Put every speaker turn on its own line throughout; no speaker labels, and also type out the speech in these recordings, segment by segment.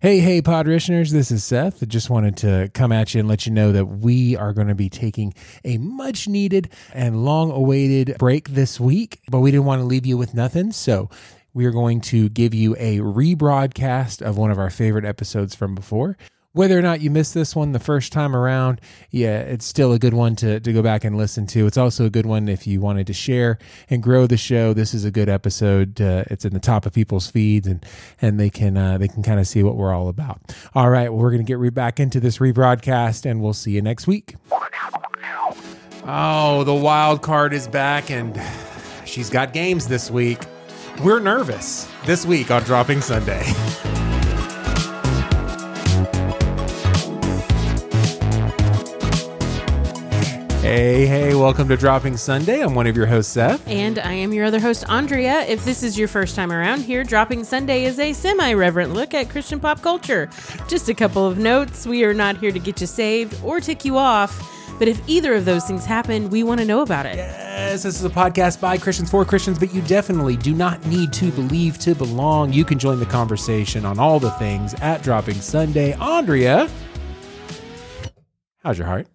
Hey, hey, Podrishners, this is Seth. I just wanted to come at you and let you know that we are going to be taking a much needed and long awaited break this week, but we didn't want to leave you with nothing. So we are going to give you a rebroadcast of one of our favorite episodes from before. Whether or not you missed this one the first time around, yeah, it's still a good one to, to go back and listen to. It's also a good one if you wanted to share and grow the show. This is a good episode. Uh, it's in the top of people's feeds, and and they can uh, they can kind of see what we're all about. All right, well, we're gonna get right back into this rebroadcast, and we'll see you next week. Oh, the wild card is back, and she's got games this week. We're nervous this week on Dropping Sunday. hey, hey, welcome to Dropping Sunday. I'm one of your hosts, Seth.
And I am your other host, Andrea. If this is your first time around here, Dropping Sunday is a semi reverent look at Christian pop culture. Just a couple of notes. We are not here to get you saved or tick you off, but if either of those things happen, we want to know about it.
Yes, this is a podcast by Christians for Christians, but you definitely do not need to believe to belong. You can join the conversation on all the things at Dropping Sunday. Andrea, how's your heart?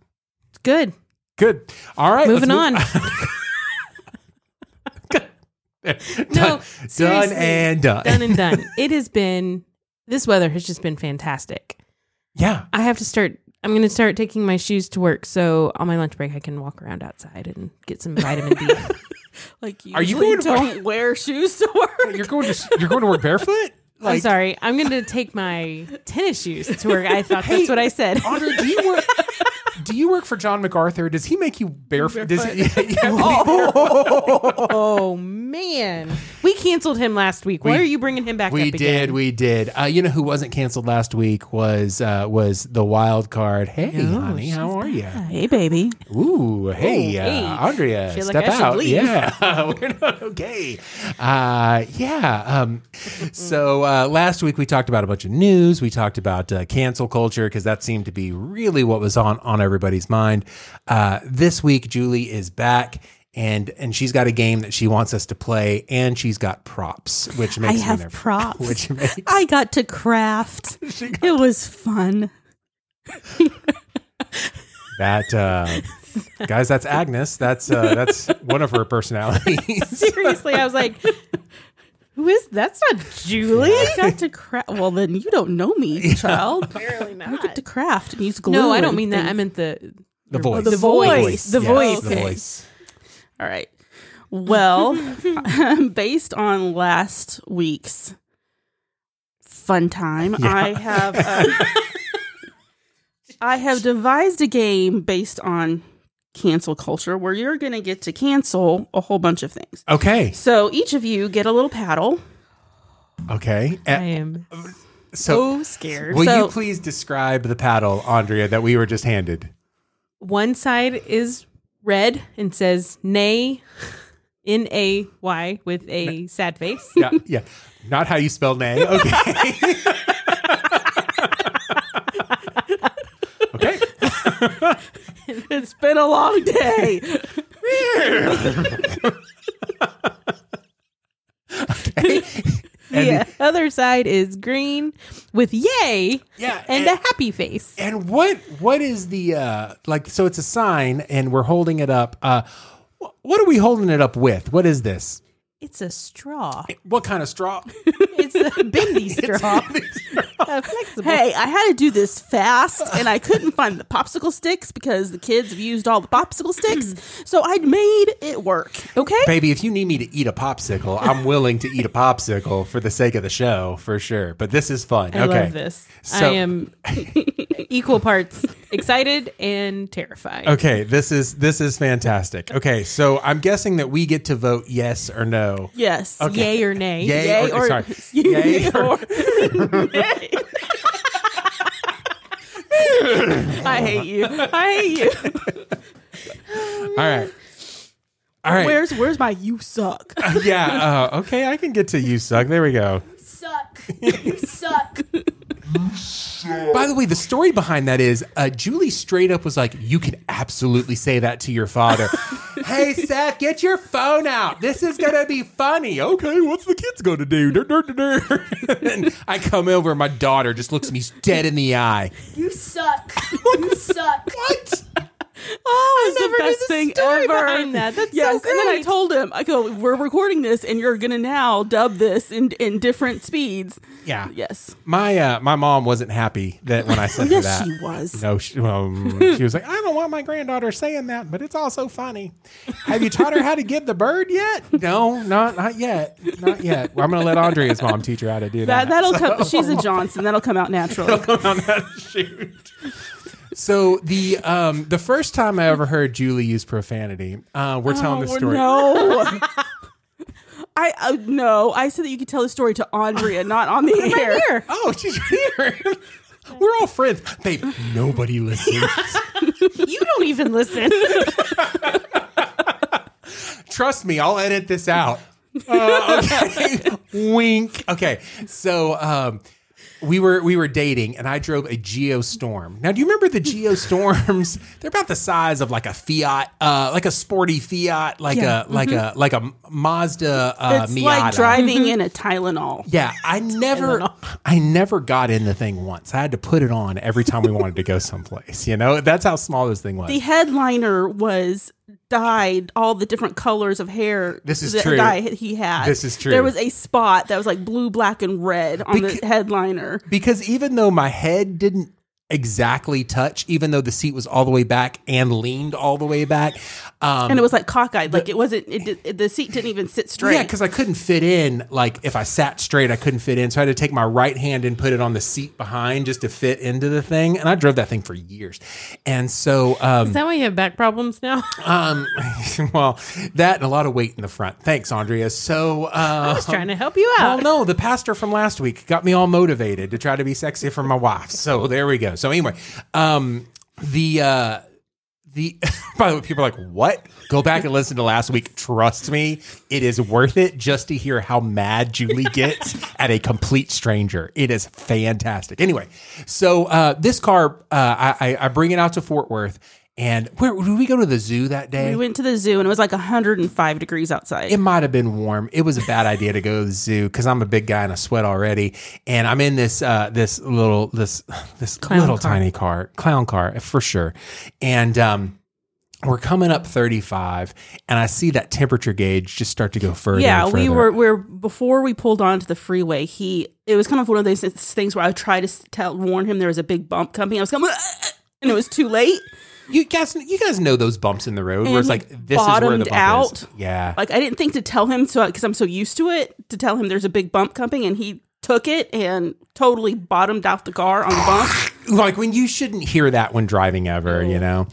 Good.
Good. All right.
Moving on.
let's move- done,
No,
done
seriously.
and done.
done and done. It has been, this weather has just been fantastic.
Yeah.
I have to start. I'm going to start taking my shoes to work, so on my lunch break I can walk around outside and get some vitamin D. like you,
Are you going to work?
wear shoes to work?
You're going to you're going to work barefoot.
I'm sorry. I'm going to take my tennis shoes to work. I thought that's what I said.
Andre, do you work? Do you work for John MacArthur? Does he make you barefoot? Does he,
Oh man, we canceled him last week. Why
We-
are you bringing him back?
We
up
did,
Again?
we did. Uh, you know who wasn't canceled last week was uh, was the wild card. Hey, honey, how are you?
Hey baby,
Ooh, hey,
Oh, Ooh,
uh,
hey.
Andrea,
Feel like
step
I should
out.
leave.
Yeah, we're not okay. Uh, yeah. Um, so uh, last week we talked about a bunch of news. We talked about uh, cancel culture because that seemed to be really what was on on everybody's mind. Uh, this week, Julie is back. And and she's got a game that she wants us to play, and she's got props, which makes
I
me
have
nervous.
props.
Which makes
I got to craft. it was fun.
that uh, guys, that's Agnes. That's uh, that's one of her personalities.
seriously, I was like, who is that's not Julie?
I got to craft. Well, then you don't know me, child.
Apparently
I get
not.
to craft and use glue.
No, I don't
and
mean that. I
things.
meant the
The
your-
voice. The
The voice. The
Yes,
voice.
The voice.
All right. Well, based on last week's fun time, I have uh, I have devised a game based on cancel culture where you're going to get to cancel a whole bunch of things.
Okay.
So each of you get a little paddle.
Okay.
I
Uh,
am Oh,
so,
scared.
will
so-
you please describe the paddle, Andrea, that we were just handed?
One side is red and says nay, N A Y with a sad face.
Yeah. Yeah. Not how you spell nay. Okay. okay.
It's been a long day.
And,
the other side is green with yay
Yeah,
and,
and-
a happy face.
And what what is the uh like? So it's a sign, and we're holding it up. Uh, wh- what are we holding it up with? What is this?
It's a straw.
What kind of straw?
It's a bendy straw. A flexible.
Hey, I had to do this fast and I couldn't find the popsicle sticks because the kids have used all the popsicle sticks. So I made it work. Hmm. Okay?
Baby, if you need me to eat a popsicle, I'm willing to eat a popsicle for the sake of the show, for sure. But this is fun.
I
okay.
love this. I
So-
am equal parts excited and terrified.
Okay, this is this is fantastic. Okay, so I'm guessing that we get to vote yes or no.
Yes.
Yay or nay.
Yay,
Yay
or,
or-
sorry. Yay or,
I hate you. I hate you.
all right. All right.
Where's where's my you suck?
yeah, uh, okay, I can get to you, Sug. There we go.
suck. You suck.
By the way, the story behind that is uh, Julie straight up was like, "You can absolutely say that to your father," hey, Seth, get your phone out. This is going to be funny. Okay, what's the kids going to do? Dur, dur, dur, dur. and I come over, and my daughter just looks me dead in the eye.
You suck. You suck.
What?
Oh, it's
never
the
knew
best
the
thing
story
ever.
behind that. That's so
yes. And then I
great.
told him, I go, we're recording this, and you're gonna now dub this in in different speeds.
Yeah.
Yes.
My uh, my mom wasn't happy that when I said her
Yes,
that.
she was.
No, she, um, she was like, I don't want my granddaughter saying that, but it's also funny. Have you taught her how to give the bird yet? No, not not yet, not yet. Well, I'm gonna let Andrea's mom teach her how to do that.
That that'll come. She's a Johnson. That'll come out naturally.
shoot. So the um, the first time I ever heard Julie use profanity, uh, we're telling the
Oh,
story.
No. I uh, no. I said that you could tell the story to Andrea, not on the air.
Here.
Oh, she's here. we're all friends, babe. Nobody listens.
You don't even listen.
Trust me, I'll edit this out. Uh, okay. Wink. Okay. So um, we were we were dating, and I drove a Geostorm. Now, do you remember the Geostorms? They're about the size of like a Fiat, uh, like a sporty Fiat, like
Yeah. Mm-hmm.
a like a like a Mazda uh,
It's
Miata.
like driving in a Tylenol.
Yeah, I never, I never got in the thing once. I had to put it on every time we wanted to go someplace. You know, that's how small this thing was.
The headliner was dyed all the different colors of hair.
This is
that
true.
Dye he had.
This is true.
There was a spot that was like blue, black, and red on
Beca-
the headliner.
because even though my head didn't exactly touch, even though the seat was all the way back and leaned all the way back, um,
And it was like cockeyed, like it wasn't. It, did- it, the seat didn't even sit straight.
yeah, because I couldn't fit in. Like if I sat straight, I couldn't fit in, so I had to take my right hand and put it on the seat behind just to fit into the thing. And I drove that thing for years, and so um,
Is that why you have back problems now?
um, well, that and a lot of weight in the front. Thanks, Andrea. So. Uh,
I
Uh-huh.
was trying to help you out.
Well, no, the pastor from last week got me all motivated to try to be sexy for my wife. So there we go. So anyway, um, the uh, the by the way, people are like, "What? Go back and listen to last week. Trust me, it is worth it just to hear how mad Julie gets at a complete stranger. It is fantastic." Anyway, so uh, this car, uh, I, I- I bring it out to Fort Worth, and where did we go to the zoo that day?
we went to the zoo and it was like 105 degrees outside.
it might have been warm. It was a bad idea to go to the zoo because I'm a big guy and I sweat already, and I'm in this uh, this little this this little
car.
tiny car, clown car for sure, and. um we're coming up 35 and i see that temperature gauge just start to go further
yeah,
and
we
further.
were we were before we pulled onto the freeway. He it was kind of one of those things where I tried to s- tell warn him there was a big bump coming. I was coming, and it was too late.
you guys you guys know those bumps in the road where
And
it's
he
like this is where the
bottomed
bump is
out.
yeah
Like I didn't think to tell him so because I'm so used to it to tell him there's a big bump coming, and he took it and totally bottomed out the car on the bump.
like when you shouldn't hear that when driving ever, you know.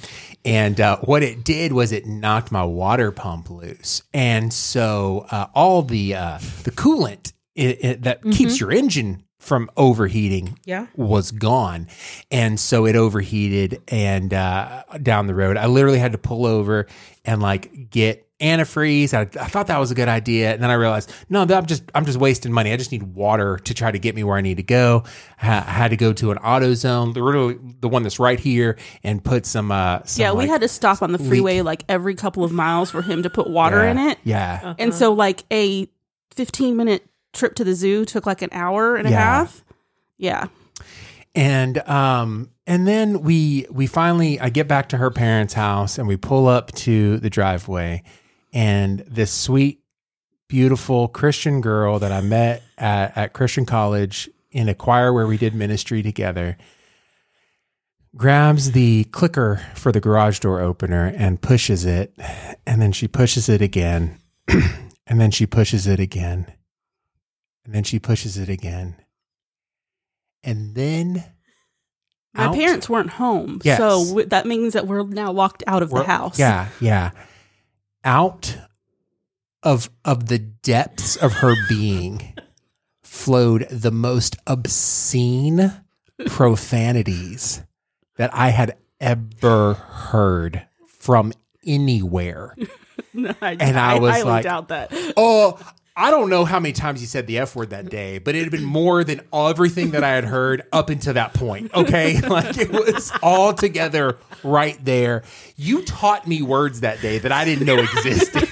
And uh, what it did was it knocked my water pump loose, and so uh, all the uh, the coolant i i that keeps your engine from overheating
Yeah.
was gone, and so it overheated. And uh, down the road, I literally had to pull over and like get antifreeze. I, I thought that was a good idea, and then I realized no, that I'm just I'm just wasting money. I just need water to try to get me where I need to go. Ha- I had to go to an auto zone, literally the one that's right here, and put some. Uh, some
yeah, we
like-
had to stop on the freeway like every couple of miles for him to put water
yeah,
in it,
Yeah,
Uh-huh.
and so like a 15 minute trip to the zoo took like an hour and a
Yeah.
half. Yeah.
and um and then we we finally I get back to her parents' house and we pull up to the driveway and this sweet beautiful Christian girl that I met at, at Christian college in a choir where we did ministry together grabs the clicker for the garage door opener and pushes it and then she pushes it again and then she pushes it again and then she pushes it again and then
My
out-
parents weren't home,
Yes.
so w- that means that we're now locked out of
We're-
the house.
Yeah, yeah. Out of of the depths of her being flowed the most obscene profanities that I had ever heard from anywhere.
No, I,
And I was
highly
like-
doubt that.
Oh, I don't know how many times you said the F word
Mm.
that day, but it had been more than everything that I had heard up until that point. Okay. Like it was all together right there. You taught me words that day that I didn't know existed.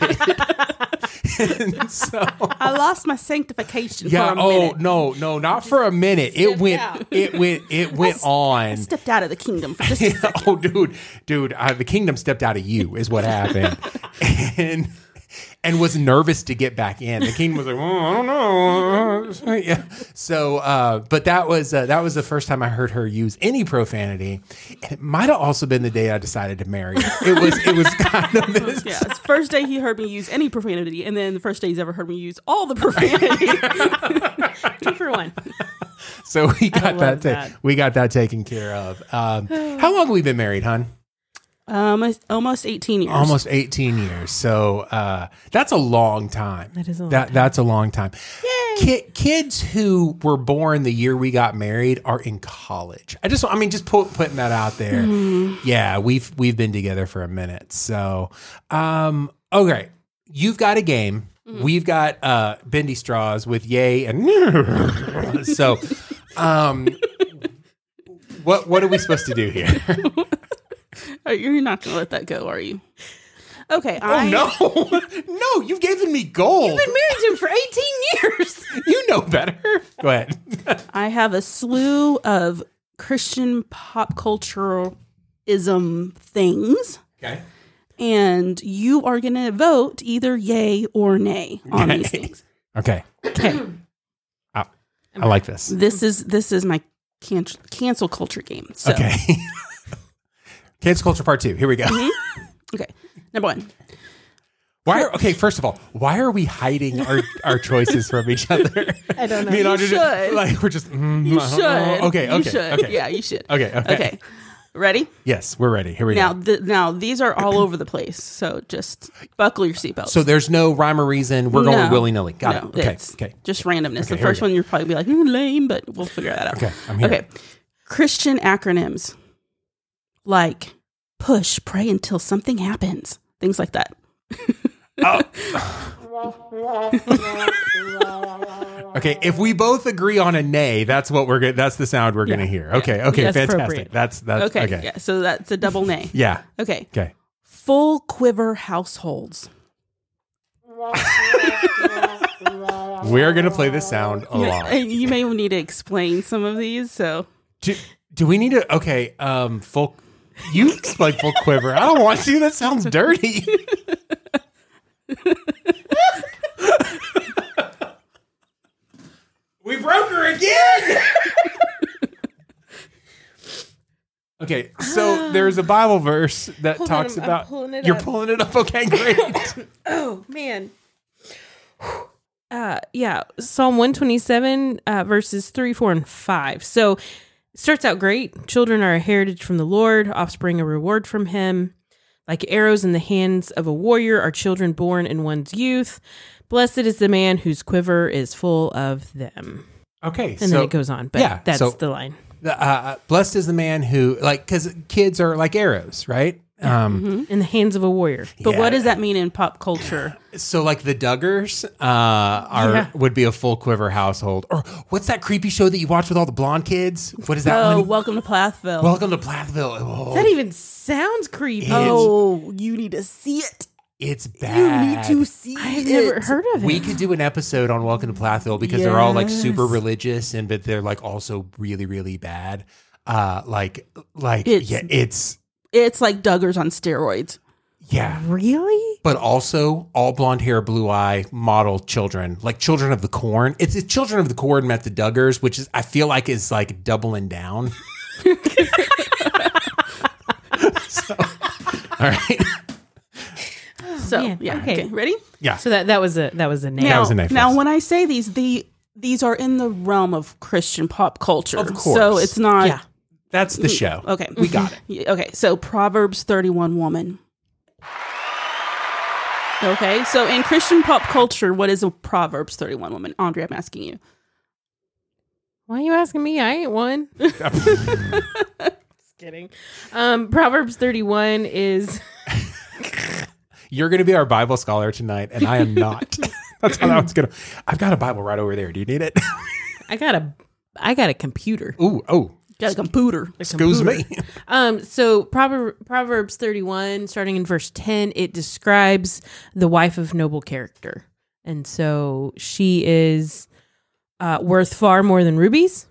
and so
I lost my sanctification
yeah,
for a
oh
minute.
no, no, not for a minute. It went
out.
it went it went on.
Stepped out of the kingdom for just a second.
oh, dude, dude, uh, the kingdom stepped out of you is what happened, and and was nervous to get back in. The kingdom was like, well, I don't know, yeah. So, uh, but that was uh, that was the first time I heard her use any profanity, and it might have also been the day I decided to marry. Her. It was it was kind of this.
Yeah, it's the first day he heard me use any profanity, and then the first day he's ever heard me use all the profanity.
Two for one.
So we got that,
love
ta-
that.
we got that taken care of. Um, how long have we been married, hon?
um, it's almost 18 years.
almost 18 years so uh, that's a long time that
is a long
that, that's a long time Ki- kids who were born the year we got married are in college i just i mean just put, putting that out there yeah we've we've been together for a minute so um okay you've got a game we've got uh bendy straws with yay and so um what what are we supposed to do here
Oh, You're not going to let that go, are you? Okay.
oh
I,
no no you've given me gold
Been married to him for 18 years.
You know better. Go ahead.
I have a slew of Christian pop culturalism things,
Okay.
and you are going to vote either yay or nay on these
Okay.
things.
Okay. Oh,
Okay.
I like this.
This is this is my cancel cancel culture game. So,
Okay. Kids culture part two. Here we go.
okay. Number one.
Why? Are, okay. First of all, why are we hiding our, our choices from each other?
I don't know.
Me and
You
Audrey just-
should.
like we're just. mm,
You
uh,
should.
Okay. Okay.
You should.
Okay.
Yeah, you should.
Okay, okay.
Okay. Ready?
Yes, we're ready. Here we
Now,
go.
th- now these are all over the place, so just buckle your seatbelts.
So there's no rhyme or reason. We're going
No.
willy nilly. Got
No,
it. Okay.
it's
Okay.
Just randomness. the
here we
first
go.
one you're probably be like "Hmm, lame, but we'll figure that out.
Okay, I'm here.
Okay. Christian acronyms like push, pray until something happens, things like that.
Okay. If we both agree on a nay, that's what we're. Go- that's the sound we're going to hear. Okay. Okay.
That's
fantastic.
appropriate.
That's that's
Okay.
okay. Yeah.
Yeah. So that's a double nay.
yeah.
Okay.
Okay.
Full quiver households.
We're gonna play this sound a lot.
And you may need to explain some of these. So
Do, do we need to? Okay, um, full. You like full quiver. I don't want to. That sounds dirty. we broke her again. okay, so there's a Bible verse that
Hold on,
talks
I'm- I'm
about.
pulling it
you're
up.
pulling it up. Okay, great.
Oh man. Uh, yeah, Psalm one twenty seven uh, verses three, four, and five. So it starts out great. Children are a heritage from the Lord, offspring a reward from Him. Like arrows in the hands of a warrior are children born in one's youth. Blessed is the man whose quiver is full of them.
okay,
And
so
then it goes on, but
yeah,
that's
so-
the line.
the, uh, blessed is the man who like because kids are like arrows, right? Um,
In the hands of a warrior.
but
Yeah.
what does that mean in pop culture?
So like the Duggars uh, are
Yeah.
would be a full quiver household. Or what's that creepy show that you watch with all the blonde kids? What is that
Oh,
one?
welcome to Plathville.
Welcome to Plathville. Oh,
That even sounds creepy.
Yeah.
oh, you need to see it.
it's bad.
see
I've never heard of it.
we could do an episode on Welcome to Plathville because they're all like super religious and but they're like also really really bad. Uh, like like
It's-
yeah, it's
It's like Duggars on steroids.
yeah.
Really?
But also all blonde hair, blue eye model children, like children of the corn. It's, it's children of the corn met the Duggars, which is I feel like is like doubling down. All right.
So
man.
yeah,
Okay.
okay. ready?
Yeah.
So that that was a that was a name.
Now,
was a knife
now
fist.
when I say these, the these are in the realm of Christian pop culture.
Of course.
So it's not.
Yeah.
That's the show.
Oh.
Okay.
We got it.
Yeah, Okay. So Proverbs thirty-one woman. Okay. So in Christian pop culture, what is a Proverbs thirty-one woman? Andrea, I'm asking you.
Why are you asking me? I ain't one. Just kidding. Um, Proverbs 31 is
You're going to be our Bible scholar tonight, and I am not. That's how that one's gonna. I've got a Bible right over there. Do you need it?
I got a I got a computer.
Ooh, oh,
Got a computer.
A
excuse
computer.
me.
Um, so Prover- Proverbs 31, starting in verse 10, it describes the wife of noble character. And so she is uh, worth far more than rubies.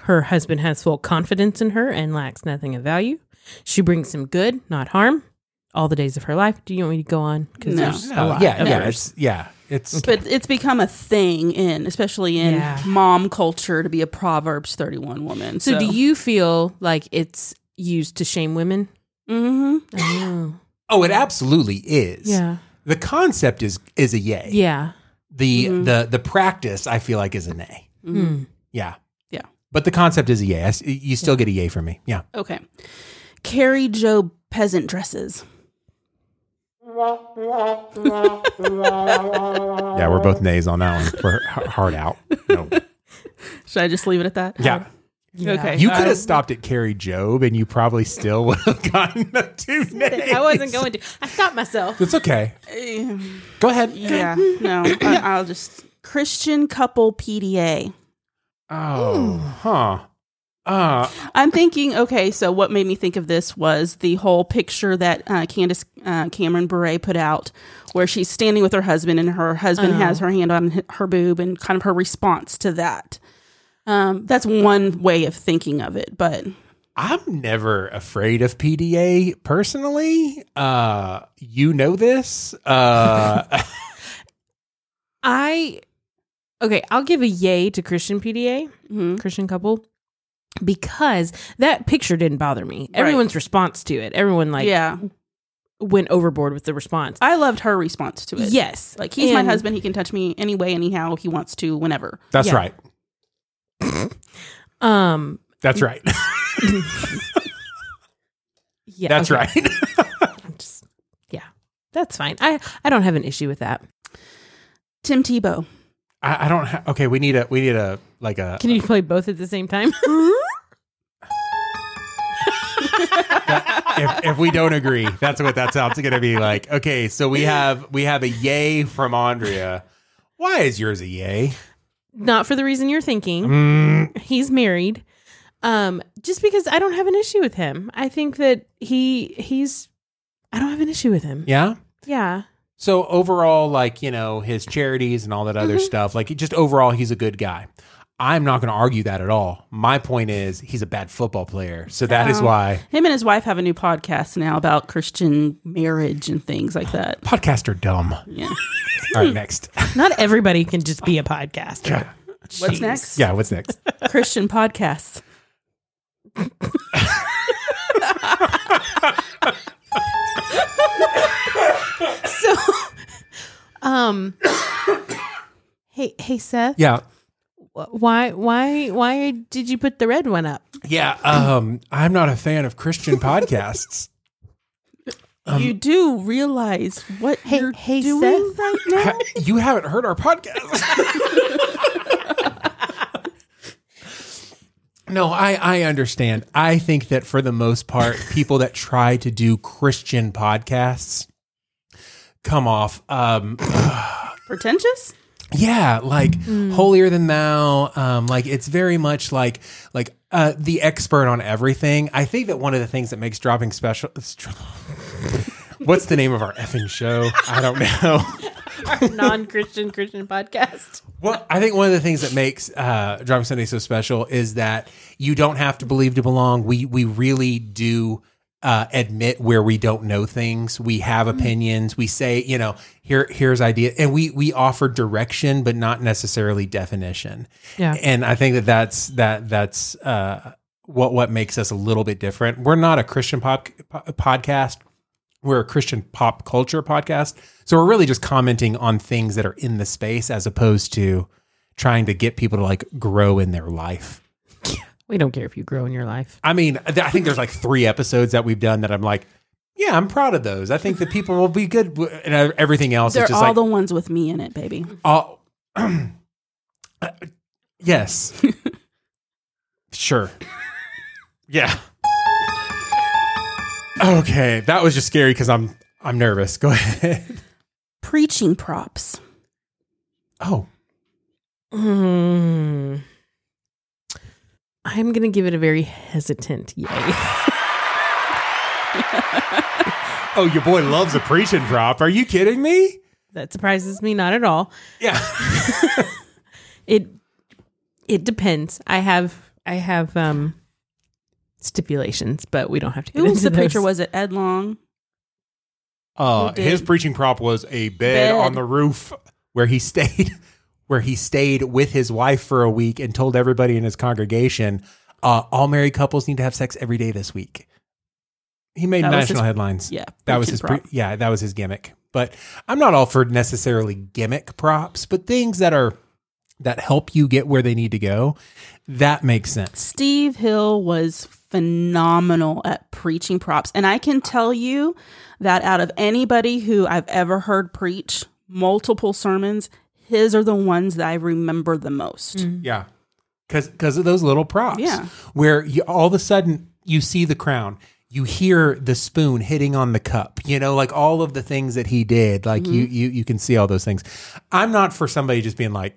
Her husband has full confidence in her and lacks nothing of value. She brings him good, not harm, all the days of her life. Do you want me to go on?
No.
there's a
No,
lot.
Uh, yeah,
Okay.
yeah, it's, yeah. It's
But it's become a thing in, especially in
Yeah.
mom culture, to be a Proverbs 31 woman.
So, do you feel like it's used to shame women?
hmm
Oh,
oh, it absolutely is.
yeah.
The concept is is a yay.
Yeah.
The the the practice I feel like is a nay.
Mm.
Yeah.
Yeah.
But the concept is a yay. I s- You still get a yay from me. Yeah.
Okay. Carrie Joe peasant dresses.
Yeah, we're both nays on that one. We're h- hard out. No.
Should I just leave it at that?
Yeah.
Okay.
You could
Uh,
have stopped at Carrie Job and you probably still would have gotten the two nays.
I wasn't going to. I stopped myself.
It's okay.
eh,
Go ahead.
Yeah. No. I, I'll just Christian couple PDA.
Oh, huh. Uh,
I'm thinking, okay, so what made me think of this was the whole picture that uh, Candace uh, Cameron Bure put out where she's standing with her husband and her husband has her hand on h- her boob and kind of her response to that. Um, that's one way of thinking of it, but
I'm never afraid of PDA personally. Uh, you know this. Uh,
I okay. I'll give a yay to Christian PDA,
mhm.
Christian couple, because that picture didn't bother me. Everyone's response to it, everyone like
yeah,
went overboard with the response.
I loved her response to it.
yes,
Like he's
And-
my husband, he can touch me any way, anyhow he wants to, whenever.
that's
Yeah.
right.
Um,
That's right.
yeah,
That's
okay.
right.
I'm just, yeah, that's fine. I I don't have an issue with that.
Tim Tebow.
I, I don't. Ha- okay, we need a. We need a like a.
Can you play both at the same time?
if, if we don't agree, that's what that sounds going to be like. Okay, so we have we have a yay from Andrea. Why is yours a yay?
Not for the reason you're thinking.
Mm,
he's married um just because i don't have an issue with him i think that he he's i don't have an issue with him
yeah.
yeah
So overall, like you know, his charities and all that other stuff. Like just overall, he's a good guy. I'm not going to argue that at all. My point is, he's a bad football player. So that is
Oh.
why
Him and his wife have a new podcast now about Christian marriage and things like that.
podcasts are dumb. All
Yeah.
right, next.
not everybody can just be a podcaster
What's
Jeez.
next?
Yeah, what's next?
Christian podcasts.
so um hey hey seth
Yeah,
wh- why why why did you put the red one up
yeah. Um, I'm not a fan of Christian podcasts. Um,
you do realize what
hey
you're
hey
doing
seth
right now?
Ha- you haven't heard our podcast. no, I, I understand. I think that for the most part, people that try to do Christian podcasts come off um
Pretentious?
yeah like holier than thou um like it's very much like like uh the expert on everything i think that one of the things that makes dropping special what's the name of our effing show i don't know
our non-christian christian podcast
Well, I think one of the things that makes uh, Driving Sunday so special is that you don't have to believe to belong. We we really do uh, admit where we don't know things. We have opinions. We say, you know, here here's idea, and we we offer direction, but not necessarily definition.
Yeah.
and I think that that's that that's uh, what what makes us a little bit different. We're not a Christian pop po- podcast. We're a Christian pop culture podcast. So we're really just commenting on things that are in the space as opposed to trying to get people to like grow in their life.
we don't care if you grow in your life
I mean, th- I think there's like three episodes that we've done that I'm like, yeah, I'm proud of those. I think that people will be good. w- And uh, everything else
They're
is just
all
like,
the ones with me in it, baby.
all- yes. sure. Yeah. Okay. That was just scary because I'm, I'm nervous. Go ahead.
Preaching props.
Oh,
Hmm. I'm going to give it a very hesitant yay.
oh, your boy loves a preaching prop. Are you kidding me?
that surprises me not at all.
Yeah.
It it depends. I have I have um stipulations, but we don't have to get
Who
into
was the
those.
preacher? Was it Ed Long?
Uh,
Who did?
his preaching prop was a bed,
Bed.
on the roof where he stayed, where he stayed with his wife for a week and told everybody in his congregation, uh, all married couples need to have sex every day this week. He made
That was
national
his-
headlines.
Yeah,
that was
preaching
his.
prop.
Pre- yeah, that was his gimmick. But I'm not all for necessarily gimmick props, but things that are that help you get where they need to go. That makes sense.
Steve Hill was phenomenal at preaching props. And I can tell you that out of anybody who I've ever heard preach multiple sermons, his are the ones that I remember the most.
Mm.
Yeah. Cause, cause of those little props.
Yeah.
Where you, all of a sudden you see the crown, you hear the spoon hitting on the cup, you know, like all of the things that he did, like you, you, you can see all those things. I'm not for somebody just being like,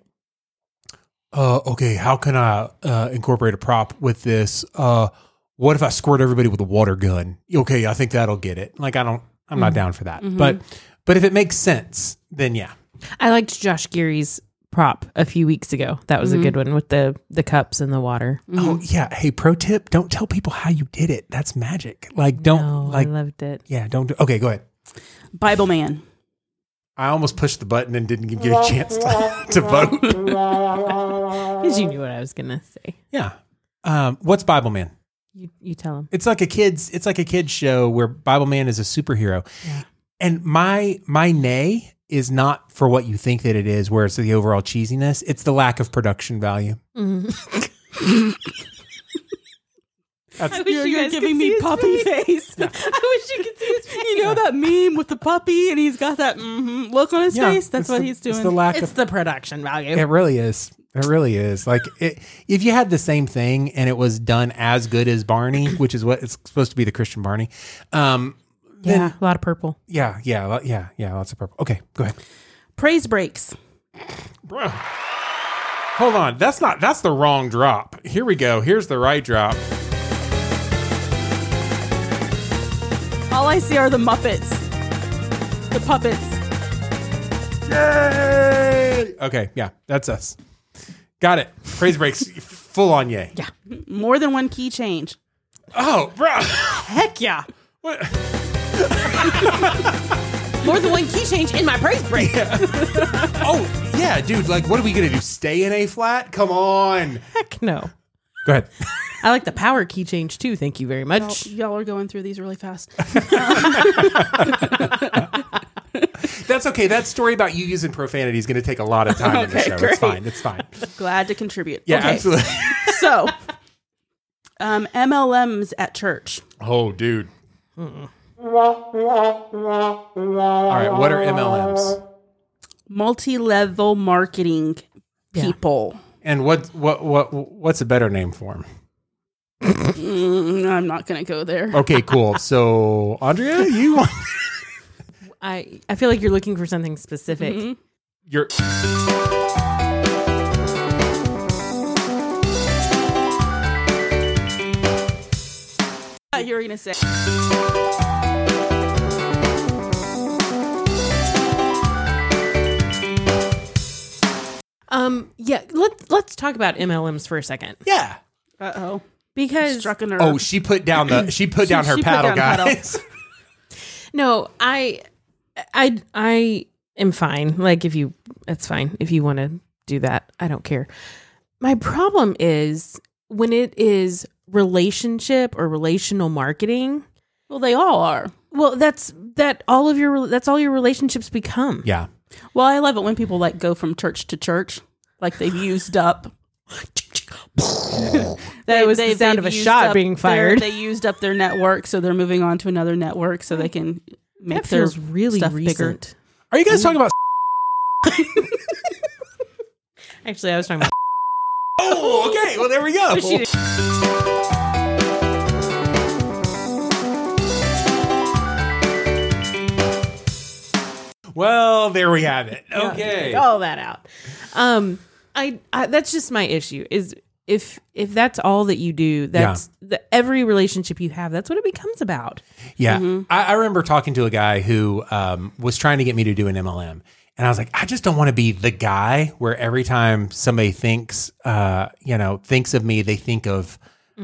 uh, okay, how can I, uh, incorporate a prop with this? Uh, what if I squirt everybody with a water gun? Okay. I think that'll get it. Like, I don't, I'm not down for that, but, but if it makes sense, then yeah.
I liked Josh Geary's prop a few weeks ago. That was a good one with the the cups and the water.
Oh
Mm-hmm.
yeah. Hey, pro tip: don't tell people how you did it. That's magic. Like, don't
Oh,
like.
I loved it.
yeah, don't. Do, okay, go ahead.
Bible man.
I almost pushed the button and didn't get a chance to, to vote.
Because you knew what I was gonna say.
yeah. Um, what's Bible Man?
You you tell him.
It's like a kids. It's like a kids show where Bible Man is a superhero. And my my nay is not for what you think that it is. Where it's the overall cheesiness. It's the lack of production value.
Mm-hmm. I wish
You're, you're giving me puppy face.
I wish you could see his face.
You know that meme with the puppy and he's got that mhm look on his face? That's
it's
what
the-
he's
It's
doing.
the lack of
It's the production value.
It really is. It really is. Like it, if you had the same thing and it was done as good as Barney, which is what it's supposed to be, the Christian Barney. Um,
yeah, a lot of purple.
yeah, yeah, lo- yeah, yeah. Lots of purple. Okay, go ahead.
Praise breaks.
Bro, hold on. That's not. That's the wrong drop. Here we go. Here's the right drop.
All I see are the Muppets. The puppets.
Yay! Okay, yeah, that's us. Got it. Praise breaks. Full on yay. Yeah.
More than one key change.
Oh, bro.
Heck yeah.
What?
More than one key change in my praise break.
Oh, yeah, dude. Like, what are we gonna do? Stay in A flat? Come on.
Heck no.
Go ahead.
I like the power key change too. Thank you very much.
Y'all are going through these really fast.
That's okay. That story about you using profanity is going to take a lot of time in the
Okay,
show. It's
great.
fine. It's fine.
Glad to contribute.
Yeah,
Okay,
absolutely.
So, um, MLMs at church.
Oh, dude. All right. What are MLMs?
Multi-level marketing
Yeah.
people.
And what what what what's a better name for them?
Mm, I'm not going to go there.
Okay, cool. So, Andrea, you want
I, I feel like you're looking for something specific.
your
Oh.
Uh, You're going to say
Um yeah, let let's talk about MLMs for a second.
yeah.
Uh-oh.
Because
Struck a nerve.
Oh, she put down the she put down her
she put
paddle,
down her paddle.
guys.
no, I I I am fine. Like if you that's fine. If you want to do that, I don't care. My problem is when it is relationship or relational marketing.
well, they all are.
Well, that's that all of your that's all your relationships become.
yeah.
Well, I love it when people like go from church to church, like they've used up.
That was the sound of a
used
shot
up
being
their-
fired.
they used up their network, so they're moving on to another network so they can make
That
their
feels really
stuff bigger.
recent.
Are you guys talking about
Actually, I was talking about
Oh, okay. Well, there we go. Well, there we have it. Okay.
all that out. Um, I, I that's just my issue is if if that's all that you do, that's the, every relationship you have. That's what it becomes about.
Yeah. I, I remember talking to a guy who um, was trying to get me to do an MLM. And I was like, I just don't want to be the guy where every time somebody thinks, uh, you know, thinks of me, they think of,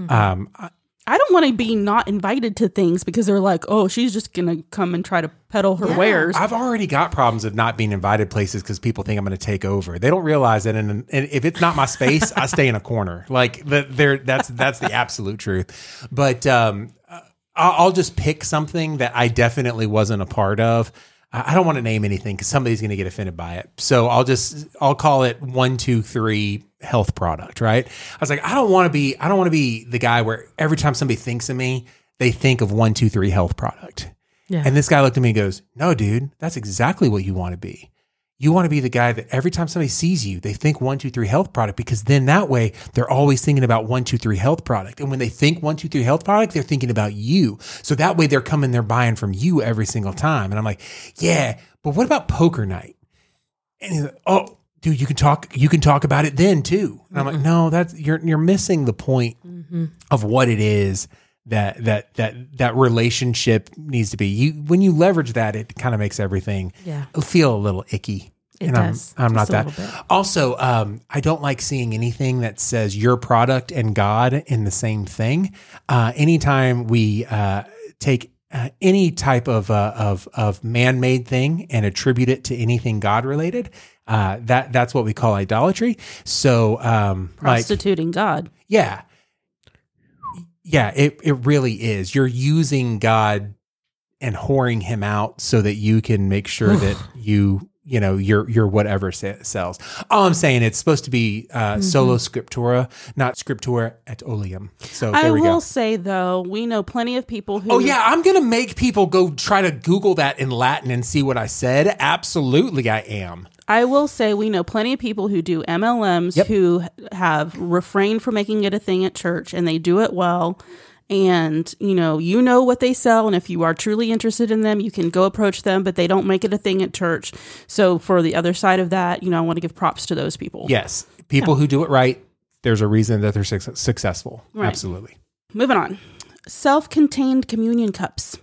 um,
I don't want to be not invited to things because they're like, oh, she's just gonna come and try to peddle her wares.
I've already got problems of not being invited places because people think I'm going to take over. They don't realize that, and if it's not my space, I stay in a corner. Like the, there, that's that's the absolute truth. But um, I- I'll just pick something that I definitely wasn't a part of. I I don't want to name anything because somebody's going to get offended by it. So I'll just I'll call it one two three health product. Right? I was like, I don't want to be I don't want to be the guy where every time somebody thinks of me, they think of one two three health product.
Yeah.
And this guy looked at me and goes, No, dude, that's exactly what you want to be. You want to be the guy that every time somebody sees you, they think one, two, three health product because then that way they're always thinking about one, two, three health product. And when they think one, two, three health product, they're thinking about you. So that way they're coming, they're buying from you every single time. And I'm like, yeah, but what about poker night? And he's like, oh, dude, you can talk, you can talk about it then too. And I'm like, no, that's you're you're missing the point of what it is that that that that relationship needs to be. You when you leverage that, it kind of makes everything
Yeah.
feel a little icky.
It
and
does,
I'm, I'm not
just a
that.
little bit.
Also, um, I don't like seeing anything that says your product and God in the same thing. Uh, anytime we uh, take uh, any type of uh, of of man made thing and attribute it to anything God related, uh, that that's what we call idolatry. So, um, like,
Prostituting God.
yeah. Yeah, it, it really is. You're using God and whoring him out so that you can make sure that you, you know, your your whatever se- sells. All I'm saying it's supposed to be uh, solo scriptura, not scriptura et oleum. So Oh, there
Mm-hmm. I
we
will
go.
say though, we know plenty of people who
Oh yeah, I'm gonna make people go try to Google that in Latin and see what I said. Absolutely, I am.
I will say we know plenty of people who do MLMs
Yep.
who have refrained from making it a thing at church and they do it well. And you know, you know what they sell, and if you are truly interested in them, you can go approach them, but they don't make it a thing at church. So for the other side of that, you know, I want to give props to those people.
Yes, people who do it right. There's a reason that they're suc successful.
Right.
Absolutely.
Moving on. Self contained communion cups.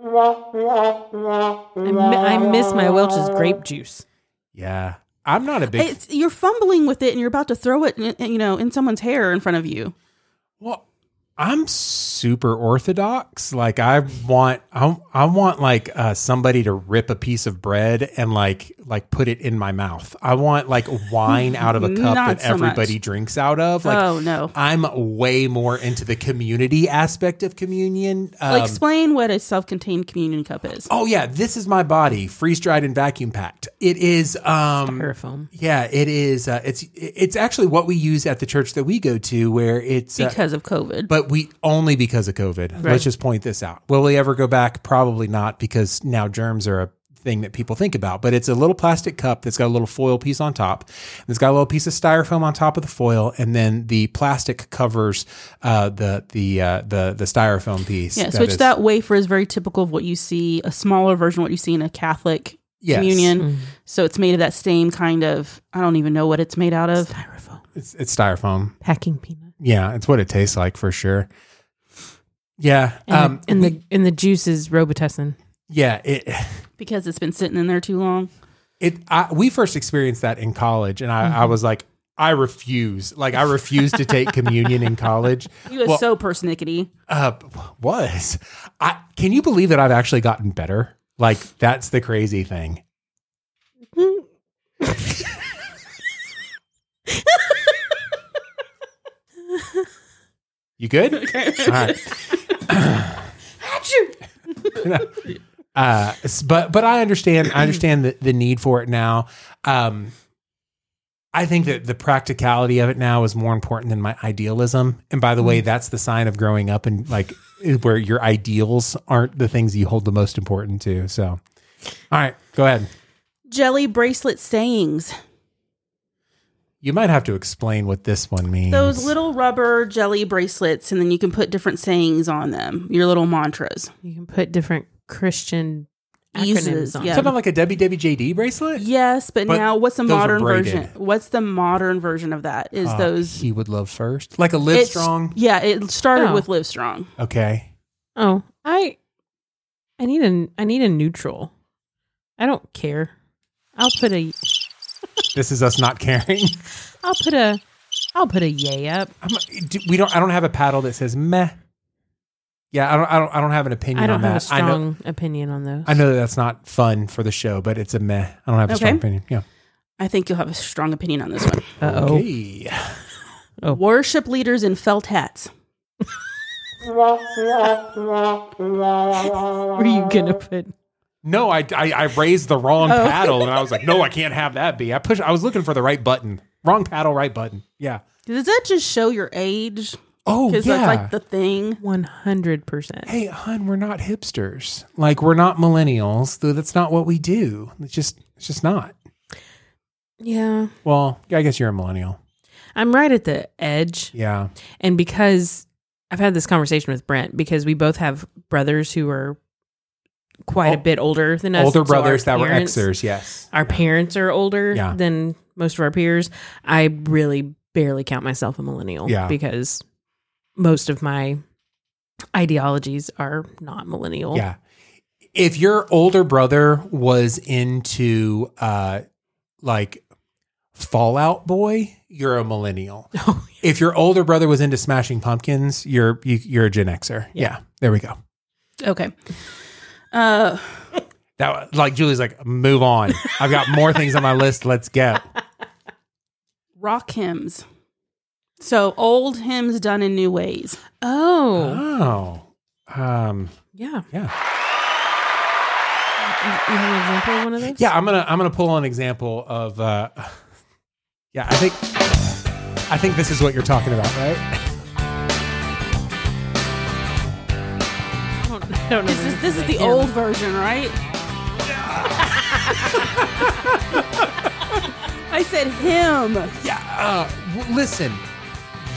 I, mi- I miss my Welch's grape juice.
Yeah, I'm not a big.
It's, you're fumbling with it and you're about to throw it, in, you know, in someone's hair in front of you.
Well, I'm super orthodox. Like I want, I, I want like uh, somebody to rip a piece of bread and like like put it in my mouth. I want like wine out of a cup
Not
that
so
everybody
much.
drinks out of. Like
oh no!
I'm way more into the community aspect of communion. Um,
Explain what a self contained communion cup is.
oh yeah, this is my body, freeze dried and vacuum packed. It is um
Styrofoam.
yeah, it is uh, it's it's actually what we use at the church that we go to where it's uh,
because of COVID.
but we only because of COVID. Let's just point this out. Will we ever go back? Probably not, because now germs are a thing that people think about. But it's a little plastic cup that's got a little foil piece on top. And it's got a little piece of styrofoam on top of the foil, and then the plastic covers uh, the the uh, the the styrofoam piece.
yes,
that
which
is-
that wafer is very typical of what you see, a smaller version of what you see in a Catholic
Yes.
communion. So it's made of that same kind of, I don't even know what it's made out of.
Styrofoam.
it's, it's styrofoam.
Packing peanut.
Yeah, it's what it tastes like for sure. Yeah,
And,
um,
the, and the and the juice is Robitussin.
yeah. It
Because it's been sitting in there too long.
it I, we first experienced that in college and I, I was like i refuse like i refuse to take communion in college
You was
Well-
so persnickety.
uh was i can you believe that i've actually gotten better like that's the crazy thing you good all right uh, s- but but I understand I understand the, the need for it now. Um, I think that the practicality of it now is more important than my idealism. And by the
Mm-hmm.
way, that's the sign of growing up and like where your ideals aren't the things you hold the most important to. So, all right, go ahead.
Jelly bracelet sayings.
You might have to explain what this one means.
Those little rubber jelly bracelets, and then you can put different sayings on them, your little mantras.
You can put different Christian acronyms
Eases,
on.
yeah.
them.
Something like a WWJD bracelet?
Yes, but,
But
now what's the
those are
modern
braided.
version? What's the modern version of that? Is
Uh,
those
He would love first. Like a live
it's-
strong.
Yeah, it started
Oh.
with Live Strong.
Okay.
Oh, I I need a I need a neutral. I don't care. I'll put a
This is us not caring.
I'll put a I'll put a yay up.
I'm, do- we don't I don't have a paddle that says meh. Yeah, I don't I don't I don't have an opinion
I don't
on
have a
that. I know
strong opinion on those.
I know that that's not fun for the show, but it's a meh. I don't have a strong
Okay.
opinion. Yeah.
I think you'll have a strong opinion on this one.
Uh oh.
Okay.
Worship leaders in felt hats.
Were you gonna put?
No, I, I I raised the wrong
Oh.
paddle and I was like, no, I can't have that be. I push I was looking for the right button. Wrong paddle, right button. Yeah.
Does that just show your age?
Oh, yeah.
Because that's like the thing.
One hundred percent.
hey, hun, we're not hipsters. Like we're not millennials. Th- That's not what we do. It's just it's just not.
Yeah,
Well, I guess you're a millennial.
I'm right at the edge,
Yeah.
and because I've had this conversation with Brent, because we both have brothers who are quite a
Ol-
bit older than us.
Older
so our
brothers that were
parents-
exers, yes.
Our parents are older
Yeah.
than most of our peers. I really barely count myself a millennial
Yeah.
because most of my ideologies are not millennial.
Yeah. If your older brother was into uh like Fallout Boy, you're a millennial.
Oh,
If your older brother was into Smashing Pumpkins, you're you, you're a Gen Xer. Yeah. There we go.
Okay. Uh,
That like Julie's like move on. I've got more things on my list. Let's go.
rock hymns. So old hymns done in new ways.
Oh,
Oh. Um
yeah.
yeah.
You you have an example of one of those?
Yeah, I'm gonna I'm gonna pull an example of. Uh, yeah, I think I think this is what you're talking about, right?
I don't, I don't know.
This is this is the
Yeah.
old version, right? I said him.
Yeah. Uh, w- listen,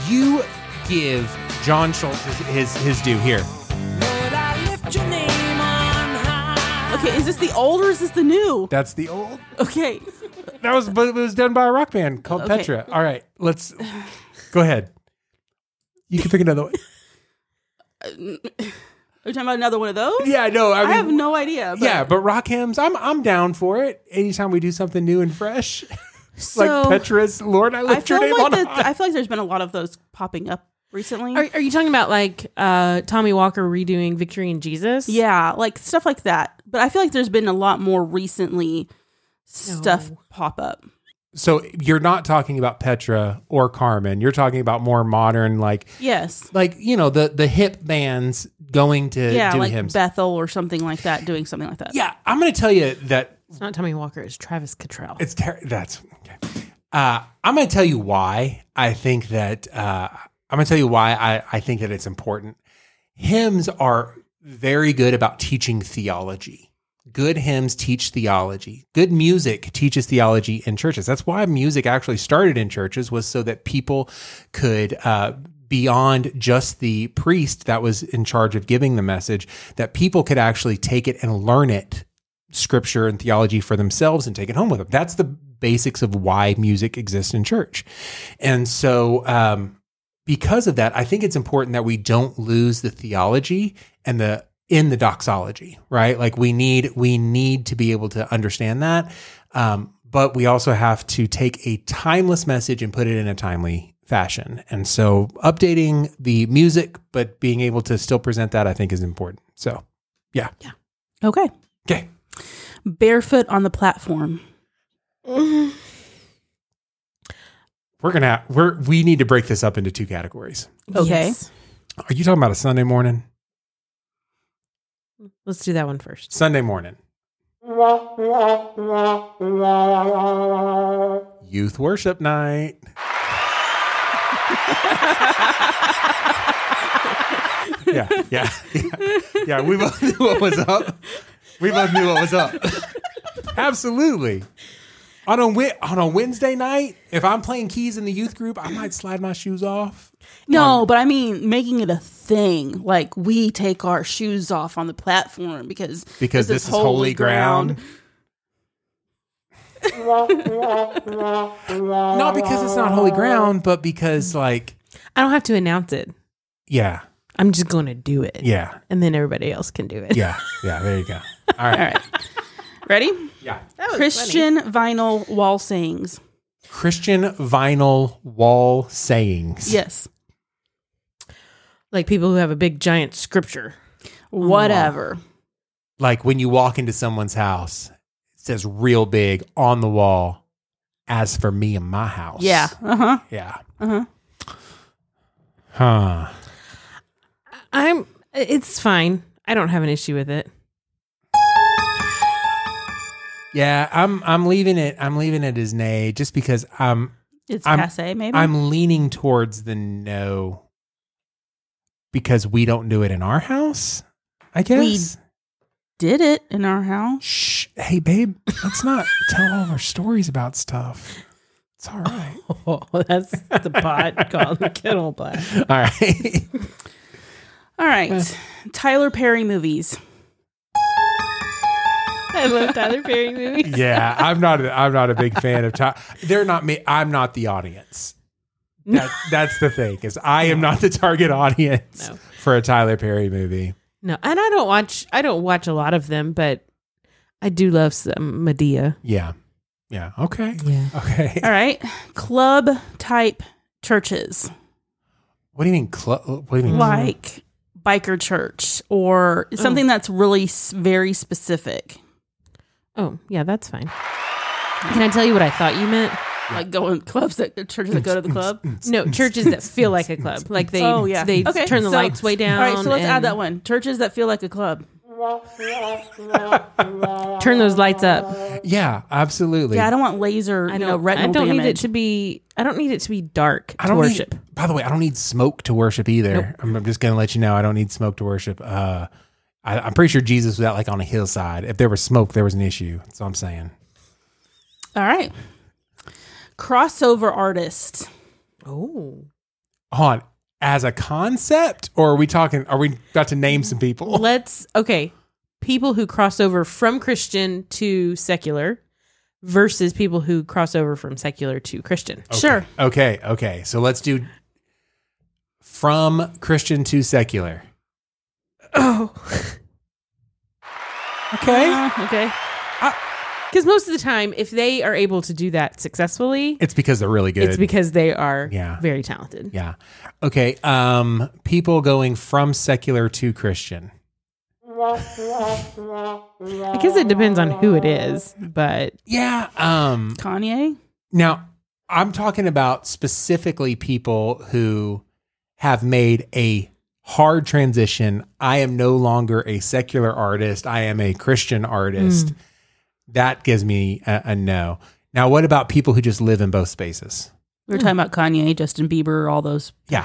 you give John Schultz his his, his due here.
Okay, is this the old or is this the new?
That's the old.
Okay.
That was but it was done by a rock band called
Okay.
Petra. All right, let's go ahead. You can pick another one.
Are you talking about another one of those?
Yeah, no, I
I
mean,
have no idea. But
yeah, but rock hymns. I'm I'm down for it. Anytime we do something new and fresh,
So-
like Petra's "Lord, I
I
lift
feel
your name
like
on
that,
high."
I feel like there's been a lot of those popping up recently.
Are, are you talking about like uh, Tommy Walker redoing Victory in Jesus?
yeah, like stuff like that. But I feel like there's been a lot more recently stuff
No.
pop up.
so you're not talking about Petra or Carmen. You're talking about more modern, like
Yes.
like you know the the hip bands going to
Yeah,
do
like
hymns.
Bethel or something like that, doing something like that.
yeah, I'm going to tell you that
It's not Tommy Walker, it's Travis Cottrell.
it's ter- that's okay. Uh, I'm going to tell you why I think that uh, I'm going to tell you why I, I think that it's important. Hymns are very good about teaching theology. Good hymns teach theology. Good music teaches theology in churches. That's why music actually started in churches was so that people could uh, beyond just the priest that was in charge of giving the message, that people could actually take it and learn it scripture and theology for themselves and take it home with them. That's the basics of why music exists in church. And so, um, because of that, I think it's important that we don't lose the theology and the in the doxology, right? Like we need we need to be able to understand that, um, but we also have to take a timeless message and put it in a timely fashion. And so, updating the music but being able to still present that, I think, is important. So, yeah,
Okay.
okay.
Barefoot on the platform.
We're gonna we're we need to break this up into two categories.
Okay.
Yes.
Are you talking about a Sunday morning?
Let's do that one first.
Sunday morning. Youth worship night. yeah, yeah, yeah, yeah. We both knew what was up. We both knew what was up. Absolutely. On a Wed- on a Wednesday night, if I'm playing keys in the youth group, I might slide my shoes off.
No, but I mean making it a thing. Like we take our shoes off on the platform because
Because this is holy ground. Not because it's not holy ground, but because like
I don't have to announce it.
yeah,
I'm just going to do it.
yeah,
And then everybody else can do it.
yeah, yeah. There you go. All
All
right,
right, ready?
Oh,
yeah.
Christian vinyl wall sayings.
Christian vinyl wall sayings.
Yes,
Like people who have a big giant scripture.
whatever.
like when you walk into someone's house, it says real big on the wall. As for me and my house,
Yeah. Uh huh.
yeah,
Uh huh.
huh?
I'm it's fine. I don't have an issue with it.
Yeah, I'm I'm leaving it. I'm leaving it as nay, just because I'm
It's
I'm-
passe, maybe.
I'm leaning towards the no, because we don't do it in our house. I guess.
Did it in our house.
Shh. Hey, babe. Let's not tell all of our stories about stuff. It's all right.
Oh, that's the pot called the kettle black.
all right.
All right, Tyler Perry movies.
I love Tyler Perry movies.
yeah, I'm not. A, I'm not a big fan of Tyler. They're not me. I'm not the audience. That, that's the thing is I am not the target audience
No.
for a Tyler Perry movie.
No, and I don't watch I don't watch a lot of them, but I do love some Medea.
Yeah. Yeah. Okay.
Yeah.
Okay.
All right, club type churches
What do you mean? Cl- what do you mean?
Mm-hmm. like biker church or something that's really s- very specific,
Oh, yeah, that's fine. Can I tell you what I thought you meant?
like going clubs that churches that go to the club.
No, churches that feel like a club. Like they
Mm. Oh yeah,
they
Okay,
turn the
so-
lights way down.
All right, so let's add
and
that one: churches that feel like a club.
Turn those lights up.
Yeah. Absolutely.
Yeah, I don't want laser, you know, retinal
I don't
damage.
need it to be. I don't need it to be dark
I
to
don't
worship.
Need, by the way, I don't need smoke to worship either. I'm, I'm just gonna let you know I don't need smoke to worship. Uh, I, I'm pretty sure Jesus was out like on a hillside. If there was smoke, there was an issue. That's what I'm saying.
All right, crossover artist.
oh,
Hold on. As a concept, or are we talking? Are we about to name some people?
let's okay. People who cross over from Christian to secular versus people who cross over from secular to Christian.
Sure.
Okay. Okay. So let's do from Christian to secular.
Oh,
Okay.
Uh, okay.
because most of the time, if they are able to do that successfully,
It's because they're really good.
it's because they are
Yeah.
very talented.
yeah. Okay. Um, people going from secular to Christian.
I guess it depends on who it is, but
Yeah. Um,
Kanye.
Now, I'm talking about specifically people who have made a hard transition. I am no longer a secular artist, I am a Christian artist.
Hmm.
That gives me a, a no. Now, what about people who just live in both spaces?
We were talking about Kanye, Justin Bieber, all those.
Yeah.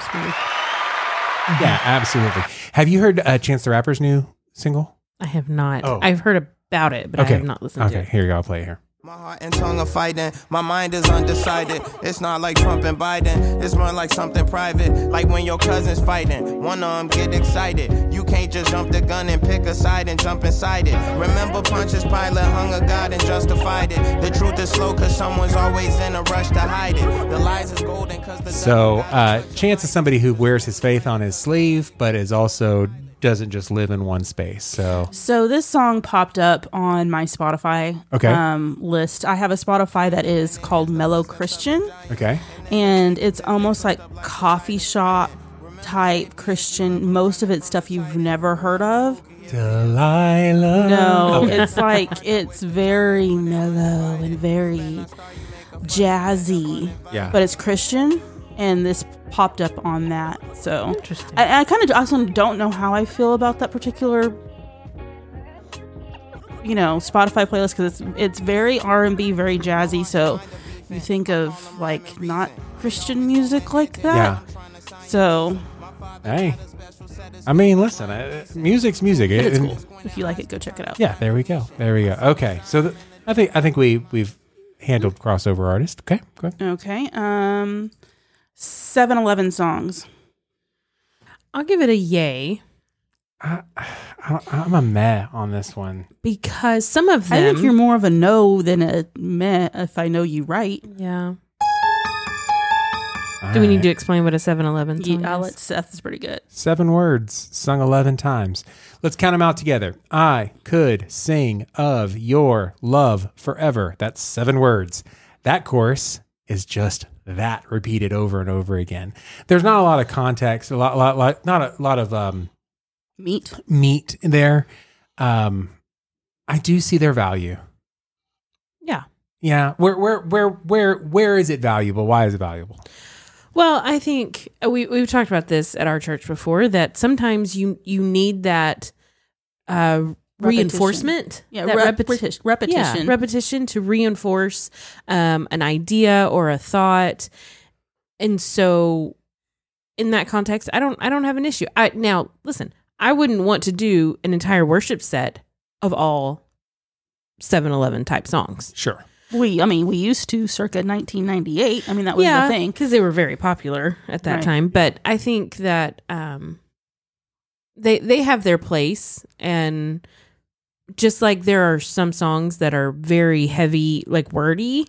Mm-hmm.
Yeah, absolutely. Have you heard uh, Chance the Rapper's new single?
I have not.
Oh.
I've heard about it, but
Okay.
I have not listened to
Okay,
it.
here you go. I'll play it here.
My heart and tongue are fighting. My mind is undecided. It's not like Trump and Biden. It's more like something private. Like when your cousin's fighting. One of them get excited. You can't just jump the gun and pick a side and jump inside it. Remember Pontius Pilate hung a god and justified it. The truth is slow cause someone's always in a rush to hide it. The lies is golden cause the
So,
devil got
uh,
such a
Chance is somebody who wears his faith on his sleeve, but is also doesn't just live in one space. So,
So this song popped up on my Spotify
Okay.
um, list. I have a Spotify that is called Mellow Christian,
okay.
and it's almost like coffee shop type Christian. Most of it's stuff you've never heard of.
Delilah.
No,
Okay.
it's like it's very mellow and very jazzy.
Yeah.
But it's Christian, and this popped up on that. So
Interesting.
I, I kind of also don't know how I feel about that particular, you know, Spotify playlist because it's it's very R and B, very jazzy. So you think of like not Christian music like
Yeah.
that. So
Hey. I mean, listen, uh, music's music. It-
it's
and-
cool. If you like it, go check it out.
Yeah, there we go. There we go. Okay. So th- I think I think we we've handled crossover artist. Okay. Go ahead.
Okay. Um, Seven Eleven songs.
I'll give it a yay
I, I, I'm a meh on this one.
because some of
I
them.
think you're more of a no than a meh if I know you right.
yeah. Do we need to explain what a 7 Eleven
Yeah,
song
I'll
is?
let Seth is pretty good.
Seven words sung 11 times. Let's count them out together. I could sing of your love forever. That's seven words. That chorus is just that repeated over and over again. There's not a lot of context, a lot, lot, lot not a lot of um,
Meat.
meat there. Um, I do see their value.
Yeah.
Yeah. Where, where, where, where, where is it valuable? Why is it valuable?
Well, I think uh, we we've talked about this at our church before that sometimes you you need that uh, reinforcement,
Yeah,
that
rep-
repeti-
repetition. repetition.
yeah, repetition to reinforce um, an idea or a thought, and so in that context, I don't I don't have an issue. I now listen, I wouldn't want to do an entire worship set of all 7-Eleven type songs.
Sure.
we, I mean, we used to circa 1998. I mean, that was the thing.
because they were very popular at that
Right.
time. But I think that um, they they have their place, and just like there are some songs that are very heavy, like wordy,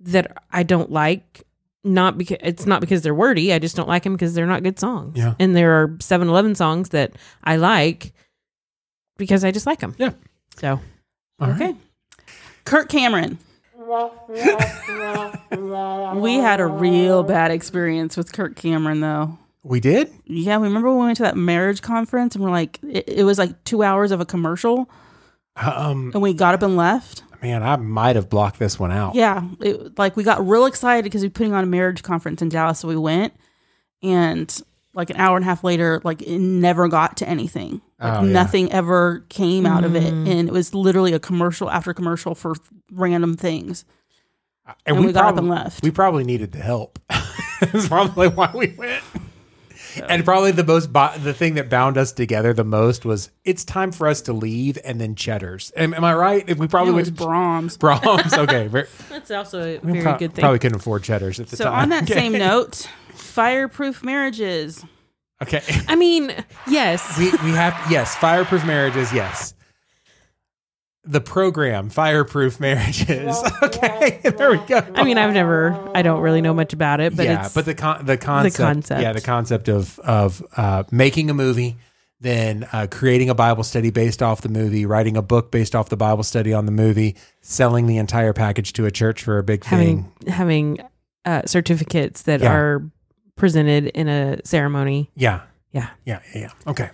that I don't like. Not because it's not because they're wordy. I just don't like them because they're not good songs.
Yeah.
And there are 7-Eleven songs that I like because I just like them.
Yeah.
So
All right.
Okay. Kirk Cameron. we had a real bad experience with Kirk Cameron, though.
We did?
Yeah, we remember when we went to that marriage conference and we're like, it, it was like two hours of a commercial
Um,
and we got up and left.
man, I might have blocked this one out.
Yeah, it, like we got real excited because we were putting on a marriage conference in Dallas, so we went. And like an hour and a half later, like it never got to anything. Like
Oh, yeah.
nothing ever came out of it,
Mm.
and it was literally a commercial after commercial for random things. And we got up
probab-
and left.
We probably needed the help. That's probably why we went. And probably the most bo- the thing that bound us together the most was it's time for us to leave and then Cheddar's. Am, am I right? If We probably
It was
went to
Brahms.
Brahms. Okay, very,
that's also a
pro- Probably couldn't afford Cheddar's at the
So
time.
on that
okay.
same note, fireproof marriages.
okay,
I mean, yes.
we we have yes, fireproof marriages. Yes, the program fireproof marriages. Okay, there we go.
I mean, I've never, I don't really know much about it, but
yeah,
it's,
but the con- the concept,
concept.
yeah, the concept of of uh, making a movie, then uh, creating a Bible study based off the movie, writing a book based off the Bible study on the movie, selling the entire package to a church for a big thing.
having having uh, certificates that
Yeah.
are presented in a ceremony.
Yeah,
Yeah,
yeah, yeah. yeah. Okay,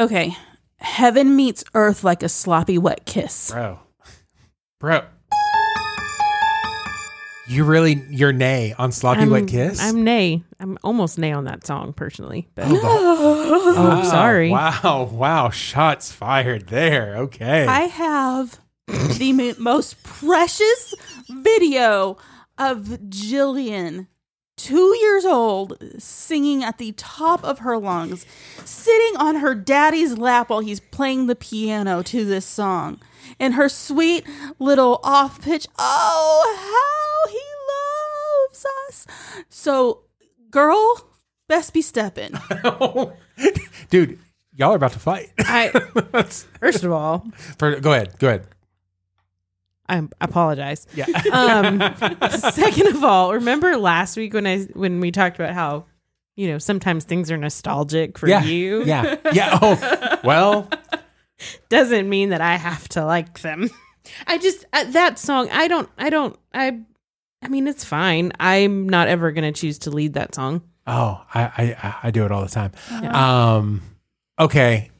Okay. Heaven meets earth like a sloppy wet kiss.
bro, bro, you really you're nay on sloppy
I'm,
wet kiss.
I'm nay. I'm almost nay on that song personally, but
oh,
Oh, sorry.
Wow, wow, shots fired there. Okay,
I have the mo- most precious video of Jillian, two years old, singing at the top of her lungs, sitting on her daddy's lap while he's playing the piano to this song. And her sweet little off pitch, oh, how he loves us. So, girl, best be stepping.
dude, y'all are about to fight.
I first of all,
For- go ahead, go ahead.
I apologize.
Yeah.
Um, second of all, remember last week when I when we talked about how you know sometimes things are nostalgic for
yeah.
you.
Yeah. Yeah. Oh, well,
doesn't mean that I have to like them. I just uh, that song. I don't. I don't. I. I mean, it's fine. I'm not ever gonna choose to lead that song.
oh, I, I, I do it all the time. Um, okay.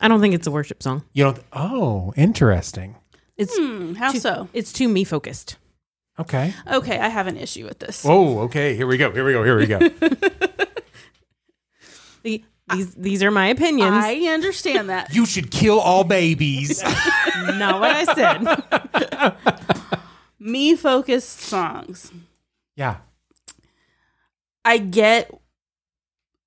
I don't think it's a worship song.
You don't, oh, interesting.
It's
Hmm, how
too,
so?
It's too me focused.
Okay.
Okay, I have an issue with this.
Oh, okay. Here we go. Here we go. Here we go.
The, these these are my opinions.
I understand that.
you should kill all babies.
not what I said.
me focused songs.
yeah.
I get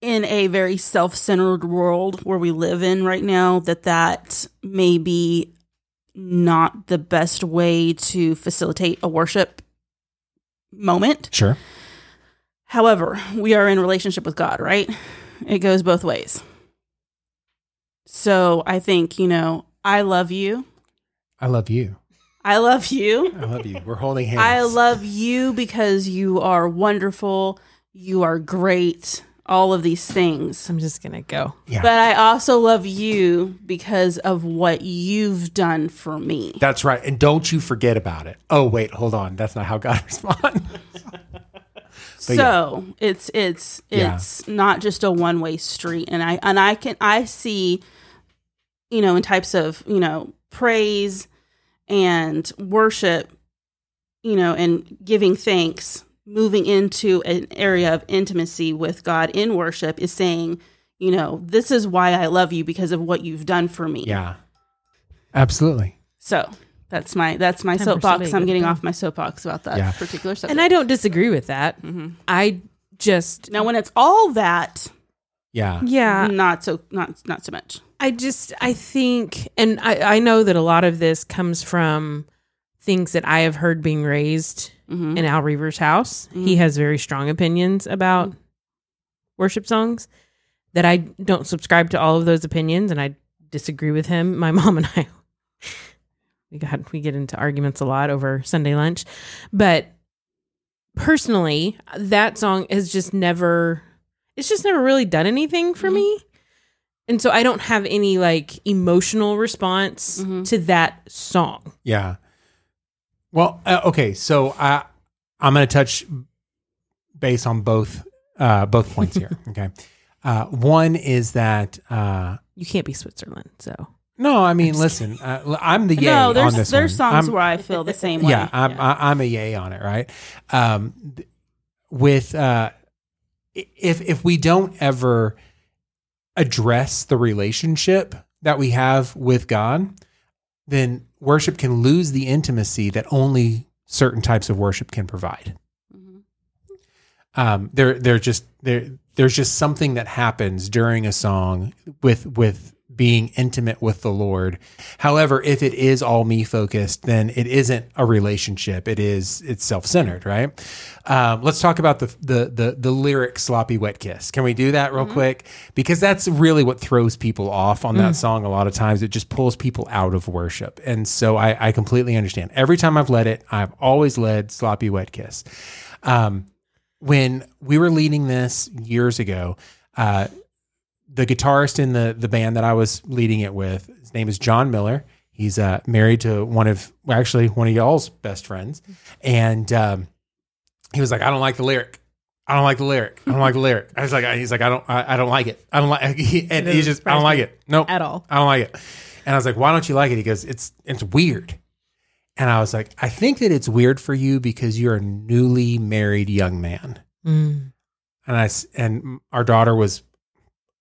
in a very self centered world where we live in right now that that may be not the best way to facilitate a worship moment.
Sure.
However, we are in relationship with God, right? it goes both ways. So I think, you know, I love you.
I love you.
I love you.
I love you. We're holding hands.
I love you because you are wonderful. You are great. All of these things.
I'm just gonna go.
Yeah.
But I also love you because of what you've done for me.
That's right. And don't you forget about it. Oh, wait, hold on. That's not how God responds.
so it's it's
Yeah.
it's not just a one way street and i and i can i see you know in types of you know praise and worship you know and giving thanks moving into an area of intimacy with god in worship is saying you know this is why i love you because of what you've done for me
yeah. Absolutely.
so that's my that's my
Time for
soapbox
somebody
i'm
to
getting
go.
off my soapbox about that
Yeah.
particular subject Mm-hmm.
And I don't disagree with that. I just
now when it's all that
Yeah.
yeah,
not so not not so much
I just I think and I I know that a lot of this comes from things that I have heard being raised in Al Reaver's house. He has very strong opinions about worship songs that I don't subscribe to all of those opinions and I disagree with him. My mom and I we got we get into arguments a lot over Sunday lunch, but personally, that song has just never it's just never really done anything for me. And so I don't have any like emotional response to that song.
Yeah. Well, uh, okay. So I, I'm going to touch base on both uh, both points here. Okay. Uh, one is that uh,
You can't be Switzerland, so
no, I mean, listen, uh, l- I'm the yay
no, there's
on this.
there's
one.
songs
I'm-
where I feel the same way.
Yeah, I'm, I, I'm a yay on it, right? Um, th- with uh, i- if if we don't ever address the relationship that we have with God, then worship can lose the intimacy that only certain types of worship can provide. Um, there, there just there, there's just something that happens during a song with with being intimate with the Lord. However, if it is all me focused, then it isn't a relationship. It is it's self centered, right? Um, let's talk about the, the the the lyric "sloppy wet kiss." Can we do that real quick? Because that's really what throws people off on that song. A lot of times, it just pulls people out of worship, and so I, I completely understand. Every time I've led it, I've always led "sloppy wet kiss." Um, when we were leading this years ago, uh, the guitarist in the the band that I was leading it with, his name is John Miller. He's uh, married to one of well, actually one of y'all's best friends, and um, he was like, "I don't like the lyric. I don't like the lyric. I don't like the lyric." I was like, "He's like, I don't, I, I don't like it. I don't like." He, and he's just, "I don't like it. Nope,
at all.
I don't like it." And I was like, "Why don't you like it?" He goes, "It's it's weird." And I was like, "I think that it's weird for you because you're a newly married young man."
Mm.
and I s- and our daughter was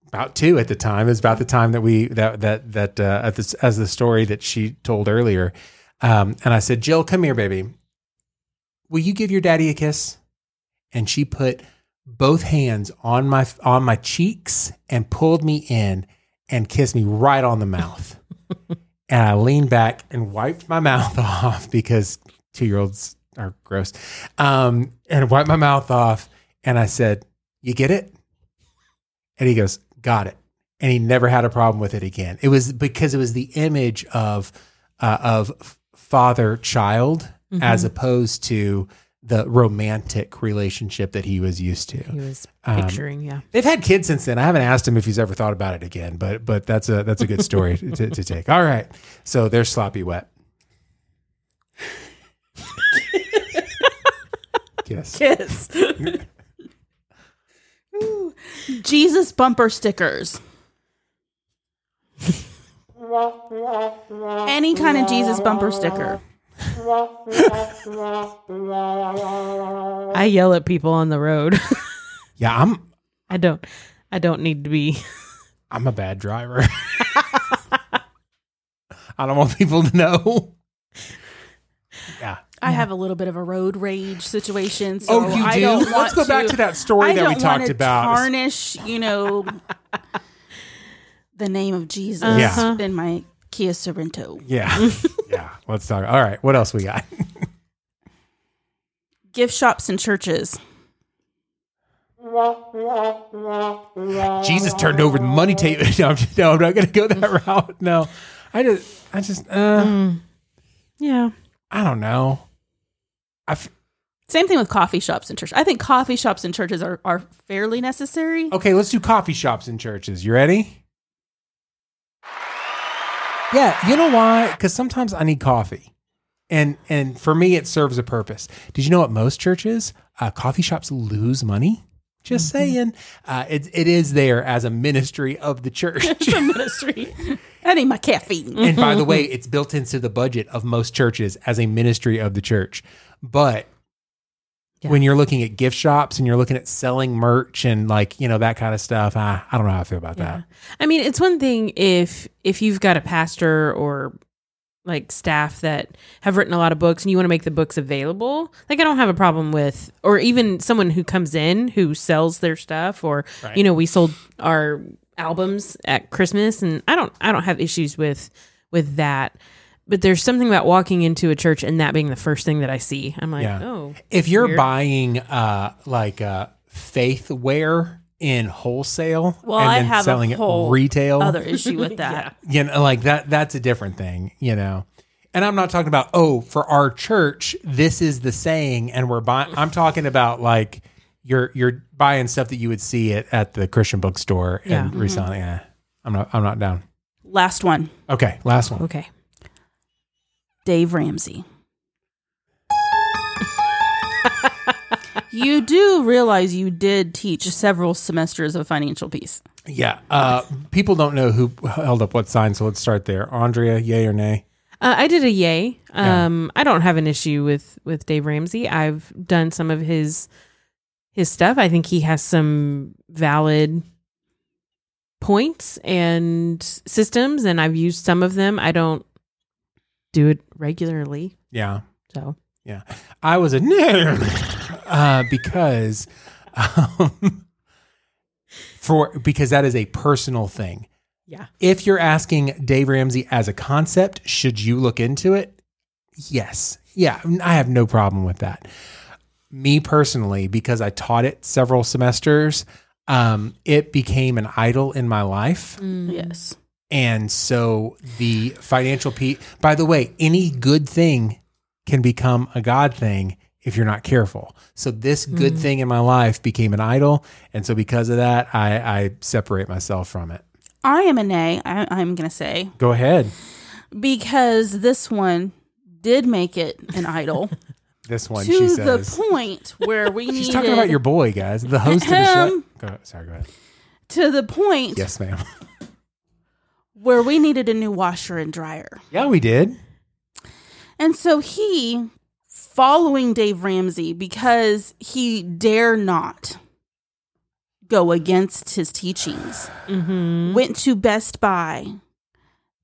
about two at the time. It was about the time that we that that that uh, at this, as the story that she told earlier. Um, and I said, Jill, come here, baby. Will you give your daddy a kiss? And she put both hands on my on my cheeks and pulled me in and kissed me right on the mouth. and I leaned back and wiped my mouth off because two year olds are gross. Um, and wiped my mouth off. And I said, You get it? And he goes, Got it. And he never had a problem with it again. It was because it was the image of uh, of father child as opposed to the romantic relationship that he was used to.
He was
Um,
picturing, yeah.
They've had kids since then. I haven't asked him if he's ever thought about it again, but but that's a that's a good story to, to take. All right, so they're sloppy wet. Yes.
Kiss. Jesus bumper stickers. Any kind of Jesus bumper sticker.
I yell at people on the road.
Yeah, I'm
I don't I don't need to be
I'm a bad driver. I don't want people to know. Yeah.
I have a little bit of a road rage situation. So
Oh, you
I
do.
don't want
Let's go back to that story
I
that
don't
we talked
wanna
about.
Tarnish, you know, the name of Jesus
Yeah.
in my Kia Sorento.
yeah. yeah. Let's talk. All right. What else we got?
Gift shops and churches.
Jesus turned over the money tape. No, I'm, just, no, I'm not going to go
Mm.
that route. No, I just, I just, uh,
Yeah.
I don't know. I f-
Same thing with coffee shops and church. I think coffee shops and churches are, are fairly necessary.
okay, let's do coffee shops and churches. You ready? Yeah, you know why? Because sometimes I need coffee, and and for me it serves a purpose. Did you know at most churches, uh, coffee shops lose money? Just
Mm-hmm.
saying, uh, it it is there as a ministry of the church.
It's a ministry. I need my caffeine.
and by the way, it's built into the budget of most churches as a ministry of the church. But
Yeah.
when you're looking at gift shops and you're looking at selling merch and like you know that kind of stuff, I, I don't know how I feel about that.
I mean, it's one thing if if you've got a pastor or like staff that have written a lot of books and you want to make the books available. Like I don't have a problem with or even someone who comes in who sells their stuff or
Right.
you know, we sold our albums at Christmas and I don't I don't have issues with with that. But there's something about walking into a church and that being the first thing that I see. I'm like,
Yeah.
"Oh,
If you're
Weird.
buying uh like uh faith wear in wholesale
Well,
and
I
then
have
selling
a whole
it retail,
other issue with that.
you know, like that that's a different thing, you know. And I'm not talking about oh, for our church, this is the saying, and we're buying. I'm talking about like you're you're buying stuff that you would see it at the Christian bookstore and
Yeah. Mm-hmm.
reselling. Yeah, I'm not I'm not down.
Last one
Okay, last one.
okay."
Dave Ramsey. you do realize you did teach several semesters of financial peace.
Yeah, uh, people don't know who held up what sign, so let's start there. Andrea, yay or nay?
Uh, I did a yay.
Yeah.
Um, I don't have an issue with with Dave Ramsey. I've done some of his his stuff. I think he has some valid points and systems, and I've used some of them. I don't do it regularly,
Yeah,
so
Yeah, I was a nerd uh, because um, for because that is a personal thing.
yeah.
If you're asking Dave Ramsey as a concept, should you look into it? Yes. Yeah, I have no problem with that. Me personally, because I taught it several semesters, um, it became an idol in my life.
Mm.
Yes.
And so the financial piece, by the way, any good thing can become a God thing if you're not careful. So this good
Hmm.
thing in my life became an idol. And so because of that, I, I separate myself from it.
I am a nay, I, I'm going to say,
Go ahead.
because this one did make it an idol
This one, she
to the
says.
point where we needed
She's talking about your boy, guys, the host of the show.
Ahem.
Go, sorry, go ahead.
to the point
Yes, ma'am.
where we needed a new washer and dryer.
Yeah, we did.
And so he, following Dave Ramsey, because he dare not go against his teachings,
Mm-hmm.
went to Best Buy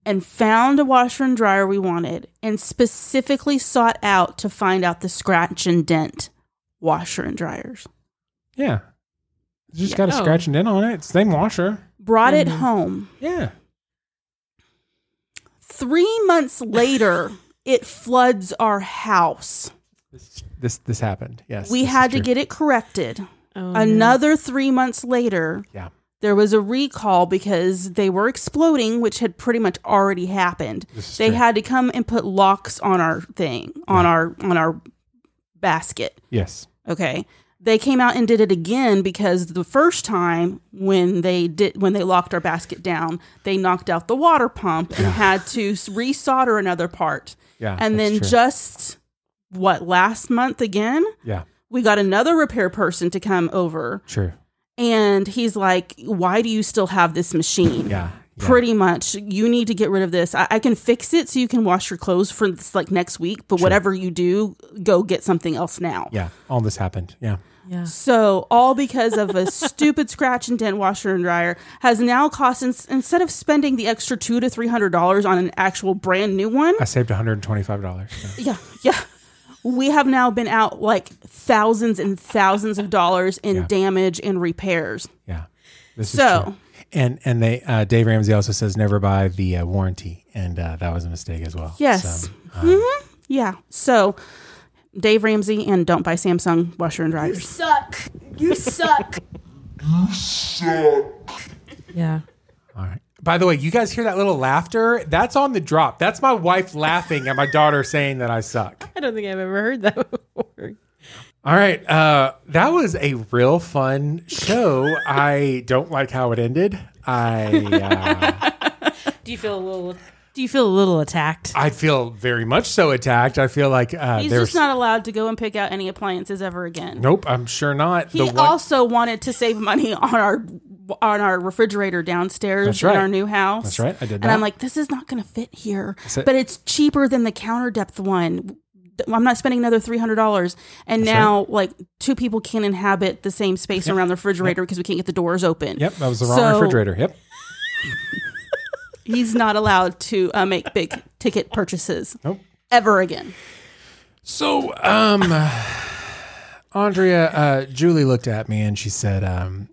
and found a washer and dryer we wanted and specifically sought out to find out the scratch and dent washer and dryers.
Yeah. It's Just got a
Yeah. Oh.
scratch and dent on it. Same washer.
Brought it
Mhm.
home.
Yeah.
Three months later, it floods our house.
This this, this happened. Yes.
we
this is
had to
true.
get it corrected.
Oh,
Another three months later,
Yeah.
there was a recall because they were exploding, which had pretty much already happened.
This is
They
true.
had to come and put locks on our thing, on our on our basket.
Yes.
Okay. They came out and did it again because the first time when they did when they locked our basket down, they knocked out the water pump and had to s- resolder another part.
Yeah.
and
that's
then
true.
just what last month again,
Yeah.
we got another repair person to come over
True.
and he's like, "Why do you still have this machine?"
Yeah. yeah.
Pretty much, you need to get rid of this. I, I can fix it so you can wash your clothes for this, like next week. But whatever you do, go get something else now.
Yeah. All this happened. Yeah.
yeah.
So all because of a stupid scratch and dent washer and dryer has now cost ins- instead of spending the extra two to three hundred dollars on an actual brand new one.
I saved $125. So.
Yeah, yeah. We have now been out like thousands and thousands of dollars in
Yeah.
damage and repairs.
Yeah. This
So-
is true. And and they uh, Dave Ramsey also says never buy the uh, warranty, and uh, that was a mistake as well.
Yes.
So,
hmm Yeah. So Dave Ramsey and don't buy Samsung washer and dryers.
suck. You suck.
Yeah.
All right. By the way, you guys hear that little laughter? That's on the drop. That's my wife laughing at my daughter saying that I suck.
I don't think I've ever heard that before.
All right. Uh, that was a real fun show. I don't like how it ended. I uh,
Do you feel a little? Do you feel a little attacked?
I feel very much so attacked. I feel like uh,
He's
there's
just not allowed to go and pick out any appliances ever again.
nope. I'm sure not.
He also wanted to save money on our on our refrigerator downstairs
That's right.
in our new house.
That's right. I did
And
that.
I'm like, this is not going to fit here,
it.
but it's cheaper than the counter depth one. I'm not spending another three hundred dollars, and now like two people can't inhabit the same space around the refrigerator because we can't get the doors open.
yep, that was the wrong
So-
refrigerator. Yep.
he's not allowed to uh, make big ticket purchases
Nope.
ever again.
So, um, Andrea, uh, Julie looked at me and she said, um,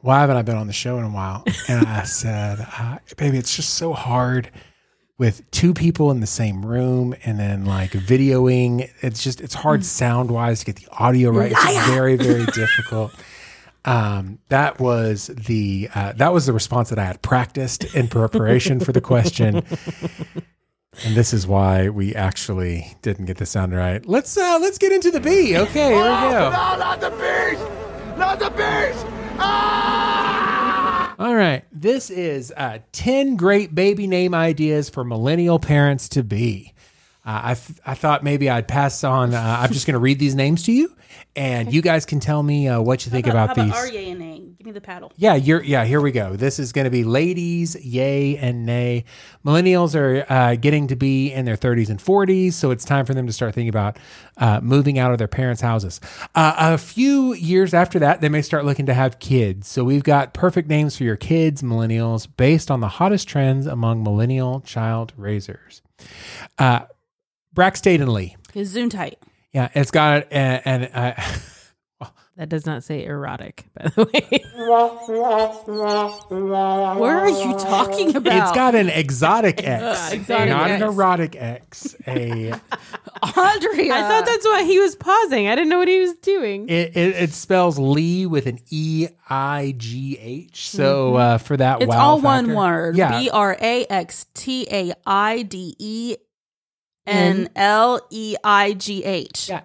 why haven't I been on the show in a while? And I said, uh, baby, it's just so hard with two people in the same room and then like videoing. It's just, it's hard sound wise to get the audio right. It's just very, very difficult. Um, that was the, uh, that was the response that I had practiced in preparation for the question. And this is why we actually didn't get the sound right. Let's uh let's get into the B. Okay, here we go.
No, not the bees! Not the bees!
All right. This is uh 10 great baby name ideas for millennial parents to be. Uh, I, f- I thought maybe I'd pass on. Uh, I'm just going to read these names to you, and you guys can tell me uh, what you think about, these.
Give me the paddle.
Yeah, you're yeah, here we go. This is going to be ladies, yay and nay. Millennials are uh, getting to be in their 30s and 40s, so it's time for them to start thinking about uh, moving out of their parents' houses. Uh, a few years after that, they may start looking to have kids. So we've got perfect names for your kids, millennials, based on the hottest trends among millennial child raisers. Uh, Braxton and Lee.
His Zoom tight.
Yeah, it's got an, an uh,
That does not say erotic, by the way. Where are you talking about?
It's got an exotic X,
Exotic
not an
X.
erotic X. A
Andrea.
I thought that's why he was pausing. I didn't know what he was doing.
it, it, it spells Lee with an E I G H. So uh, for that,
Mm-hmm. it's
wow
all
factor-
one word.
Yeah,
B R A X T A I D E N L E I G H.
yeah.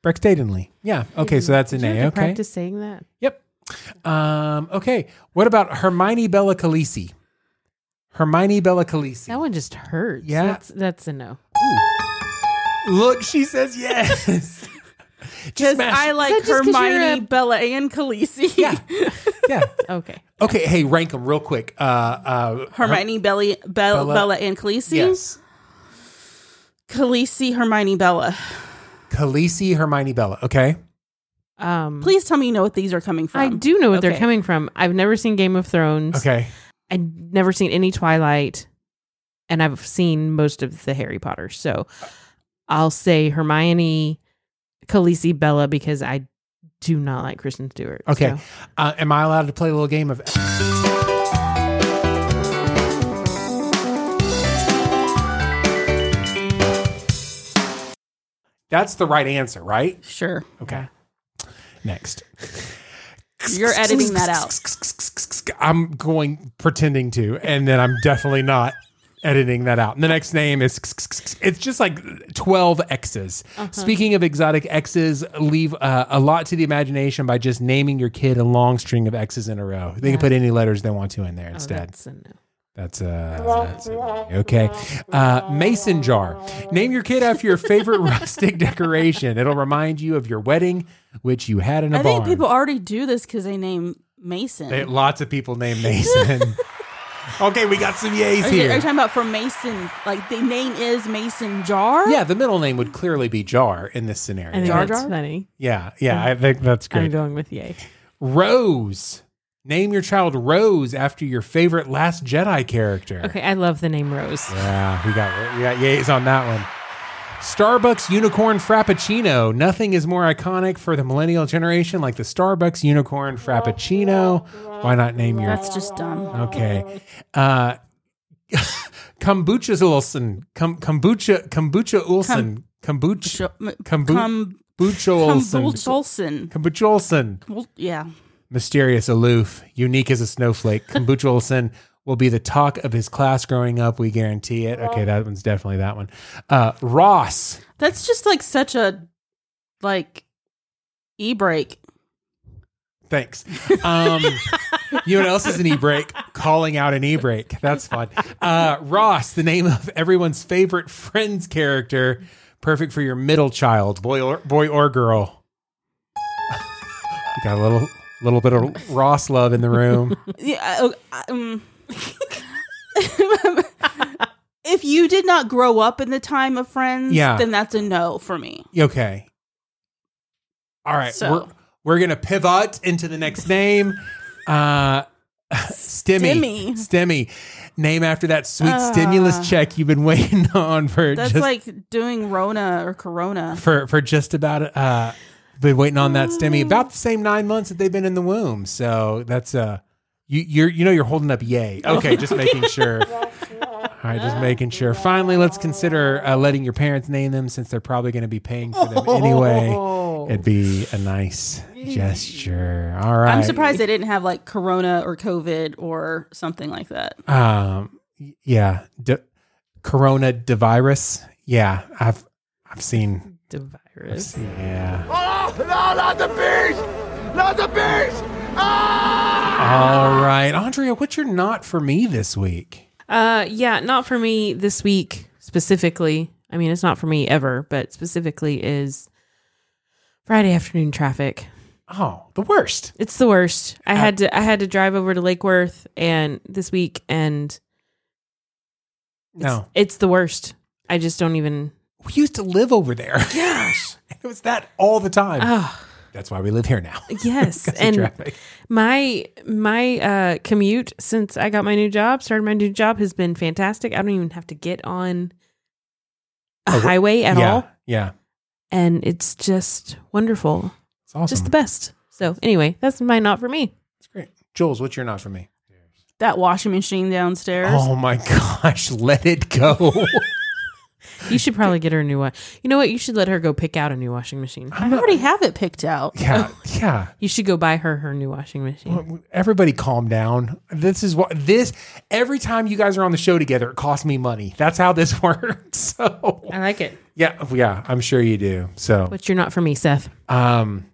Brextaden Lee. Yeah. Okay, so that's an
You
A.
have to
Okay.
practice saying that.
Yep. Um, okay. What about Hermione Bella Khaleesi? Hermione Bella Khaleesi.
That one just hurts.
Yeah.
that's, that's a no.
Look, she says yes. Just
Because
smash
I
it.
like
that just 'cause you're
Hermione,
a-
Bella, and Khaleesi.
Yeah. yeah.
Okay,
Okay. Hey, rank them real quick. Uh, uh,
Hermione, Belly, Bella,
Bella.
Bella, and Khaleesi.
yes.
Khaleesi, Hermione, Bella.
Khaleesi, Hermione, Bella. Okay.
um,
Please tell me you know what these are coming from.
I do know what they're
Okay.
coming from. I've never seen Game of Thrones.
Okay.
I've never seen any Twilight, and I've seen most of the Harry Potter. So I'll say Hermione, Khaleesi, Bella, because I do not like Kristen Stewart.
Okay.
So.
Uh, am I allowed to play a little game of? That's the right answer, right?
Sure.
Okay. Next.
You're editing that out.
I'm going pretending to, and then I'm definitely not editing that out. And the next name is it's just like 12 X's.
Uh-huh.
Speaking of exotic X's, leave uh, a lot to the imagination by just naming your kid a long string of X's in a row. They can put any letters they want to in there
Oh,
instead.
that's a no.
That's uh, that's it. okay. Uh, mason jar. Name your kid after your favorite rustic decoration. It'll remind you of your wedding, which you had in a
I
barn.
think people already do this because they name Mason.
They- lots of people named Mason. okay, we got some yays
are, you, are you
here.
talking about for Mason? Like the name is Mason Jar?
Yeah, the middle name would clearly be Jar in this
I think
scenario.
Jar
that's
Jar?
funny.
Yeah, yeah, I think that's
I'm
great.
going with yay.
Rose. Name your child Rose after your favorite Last Jedi character.
Okay, I love the name Rose.
Yeah, we got we got yays on that one. Starbucks unicorn frappuccino. Nothing is more iconic for the millennial generation like the Starbucks unicorn frappuccino. Why not name your
That's just dumb.
Okay. Uh kombucha Olson. Com- kombucha kombucha Olson. kombucha
Sh- m-
kombucha
Cum-
Olson.
Cumbulcholson.
Kombucha Olson.
Well, Yeah.
mysterious, aloof, unique as a snowflake. Kombucha Olsen will be the talk of his class growing up. We guarantee it. Okay, that one's definitely that one. Uh, Ross.
That's just like such a like e break.
Thanks. Um, you know what else is an e-break? Calling out an e-break. That's fun. Uh, Ross, the name of everyone's favorite friend's character, perfect for your middle child, boy or boy or girl. you got a little little bit of Ross love in the room.
Yeah. I- I- um. if you did not grow up in the time of Friends,
Yeah.
then that's a no for me.
Okay. All right.
So-
We're we're gonna pivot into the next name. Uh Stimmy.
Stimmy.
Stimmy. Name after that sweet
Ah.
stimulus check you've been waiting on for
That's
just
like doing Rona or Corona.
for for just about uh been waiting on that stimmy
Oh.
about the same nine months that they've been in the womb. So that's uh you you're you know you're holding up yay. Okay, just making sure. All right, just making sure. Finally, let's consider uh, letting your parents name them since they're probably going to be paying for them
Oh.
anyway. It'd be a nice gesture. All right.
I'm surprised they didn't have like Corona or COVID or something like that.
Um, y- yeah, D- Corona the virus. Yeah, I've I've seen.
The virus.
Yeah.
Oh, no, not the bees! Not the bees! Ah!
All right, Andrea, what's your not for me this week?
Uh, yeah, not for me this week specifically. I mean, it's not for me ever, but specifically is Friday afternoon traffic.
Oh, the worst.
It's the worst.
Uh,
I had to I had to drive over to Lake Worth and this week and
No.
it's the worst. I just don't even
We used to live over there. Gosh. it was that all the time.
Oh,
That's why we live here now.
yes.
'Cause of
and
traffic.
my my uh commute since I got my new job, started my new job has been fantastic. I don't even have to get on a
Oh, wh-
highway at
yeah,
all
Yeah.
and it's just wonderful.
It's awesome.
just the best. So anyway, that's my not for me.
It's great. Jules, what's your not for me?
That washing machine downstairs.
Oh my gosh, let it go.
You should probably get her a new one. You know what? You should let her go pick out a new washing machine.
I already have it picked out.
yeah. Yeah.
You should go buy her her new washing machine.
Everybody calm down. This is what this every time you guys are on the show together, it costs me money. That's how this works. So
I like it.
yeah, yeah, I'm sure you do. So
But you're not for me, Seth.
Um,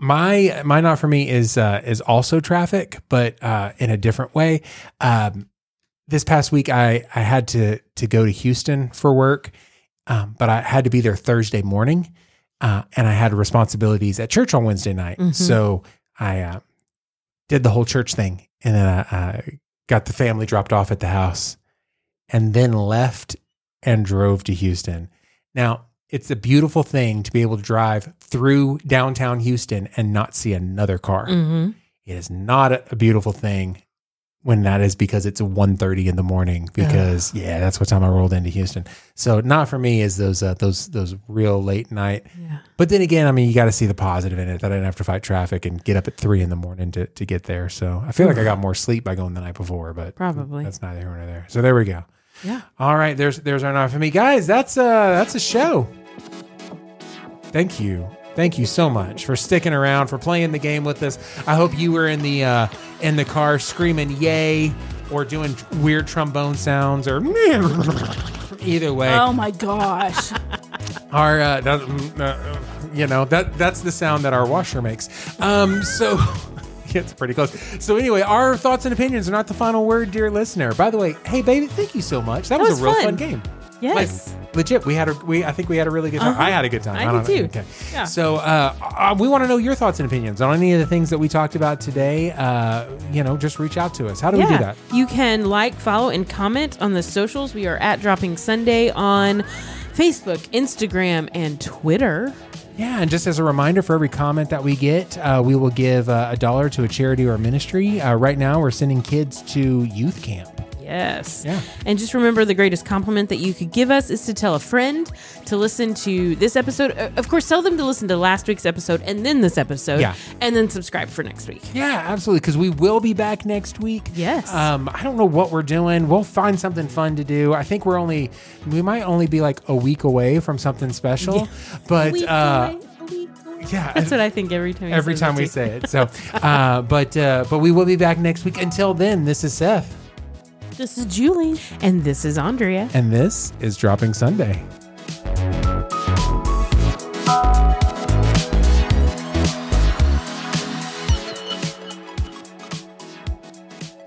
my my not for me is uh, is also traffic, but uh, in a different way. Um, this past week, I I had to to go to Houston for work, um, but I had to be there Thursday morning, uh, and I had responsibilities at church on Wednesday night.
Mhm.
So I uh, did the whole church thing, and then I, I got the family dropped off at the house, and then left and drove to Houston. Now, it's a beautiful thing to be able to drive through downtown Houston and not see another car.
Mm-hmm.
It is not a, a beautiful thing when that is because it's 1.30 in the morning because yeah, that's what time I rolled into Houston. So not for me is those uh, those those real late night.
Yeah.
But then again, I mean, you got to see the positive in it that I didn't have to fight traffic and get up at three in the morning to, to get there. So I feel like I got more sleep by going the night before, but
Probably.
that's neither here nor there. So there we go.
Yeah.
All right, there's there's our not for me, guys. That's uh that's a show. Thank you, thank you so much for sticking around for playing the game with us. I hope you were in the uh, in the car screaming "yay" or doing weird trombone sounds or either way.
Oh my gosh.
Our, uh, that, mm, uh, you know, that that's the sound that our washer makes. Um, so it's pretty close. So anyway, our thoughts and opinions are not the final word, dear listener. By the way, hey baby, thank you so much. That, was,
was
a real fun,
fun.
game.
Yes. Uh-huh.
Like, legit, we had a we. I think we had a really good time. I had a good time.
I
don't
did
know.
too.
Okay.
Yeah.
So uh, uh, we want to know your thoughts and opinions on any of the things that we talked about today. Uh, you know, just reach out to us. How do we do that?
You can like, follow, and comment on the socials. We are at Dropping Sunday on Facebook, Instagram, and Twitter.
Yeah, and just as a reminder, for every comment that we get, uh, we will give uh, a dollar to a charity or a ministry. Uh, right now, we're sending kids to youth camp.
Yes.
Yeah.
And just remember the greatest compliment that you could give us is to tell a friend to listen to this episode. Uh, Of course, tell them to listen to last week's episode and then this episode.
Yeah.
And then subscribe for next week.
Yeah, absolutely. Because we will be back next week.
Yes.
Um, I don't know what we're doing. We'll find something fun to do. I think we're only we might only be like a week away from something special, but uh,
a week away.
Yeah.
That's what I think every time. he
every
says
time
it
we
too.
say it. So, uh, but uh, but we will be back next week. Until then, this is Seth,
This is Julie.
And this is Andrea.
and this is Dropping Sunday.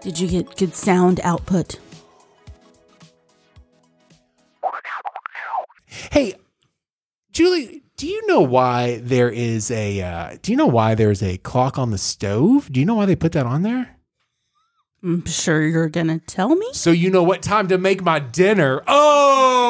Did you get good sound output?
Hey, Julie, do you know why there is a uh, do you know why there's a clock on the stove? Do you know why they put that on there?
I'm Mm, sure you're gonna tell me.
So you know what time to make my dinner. Oh.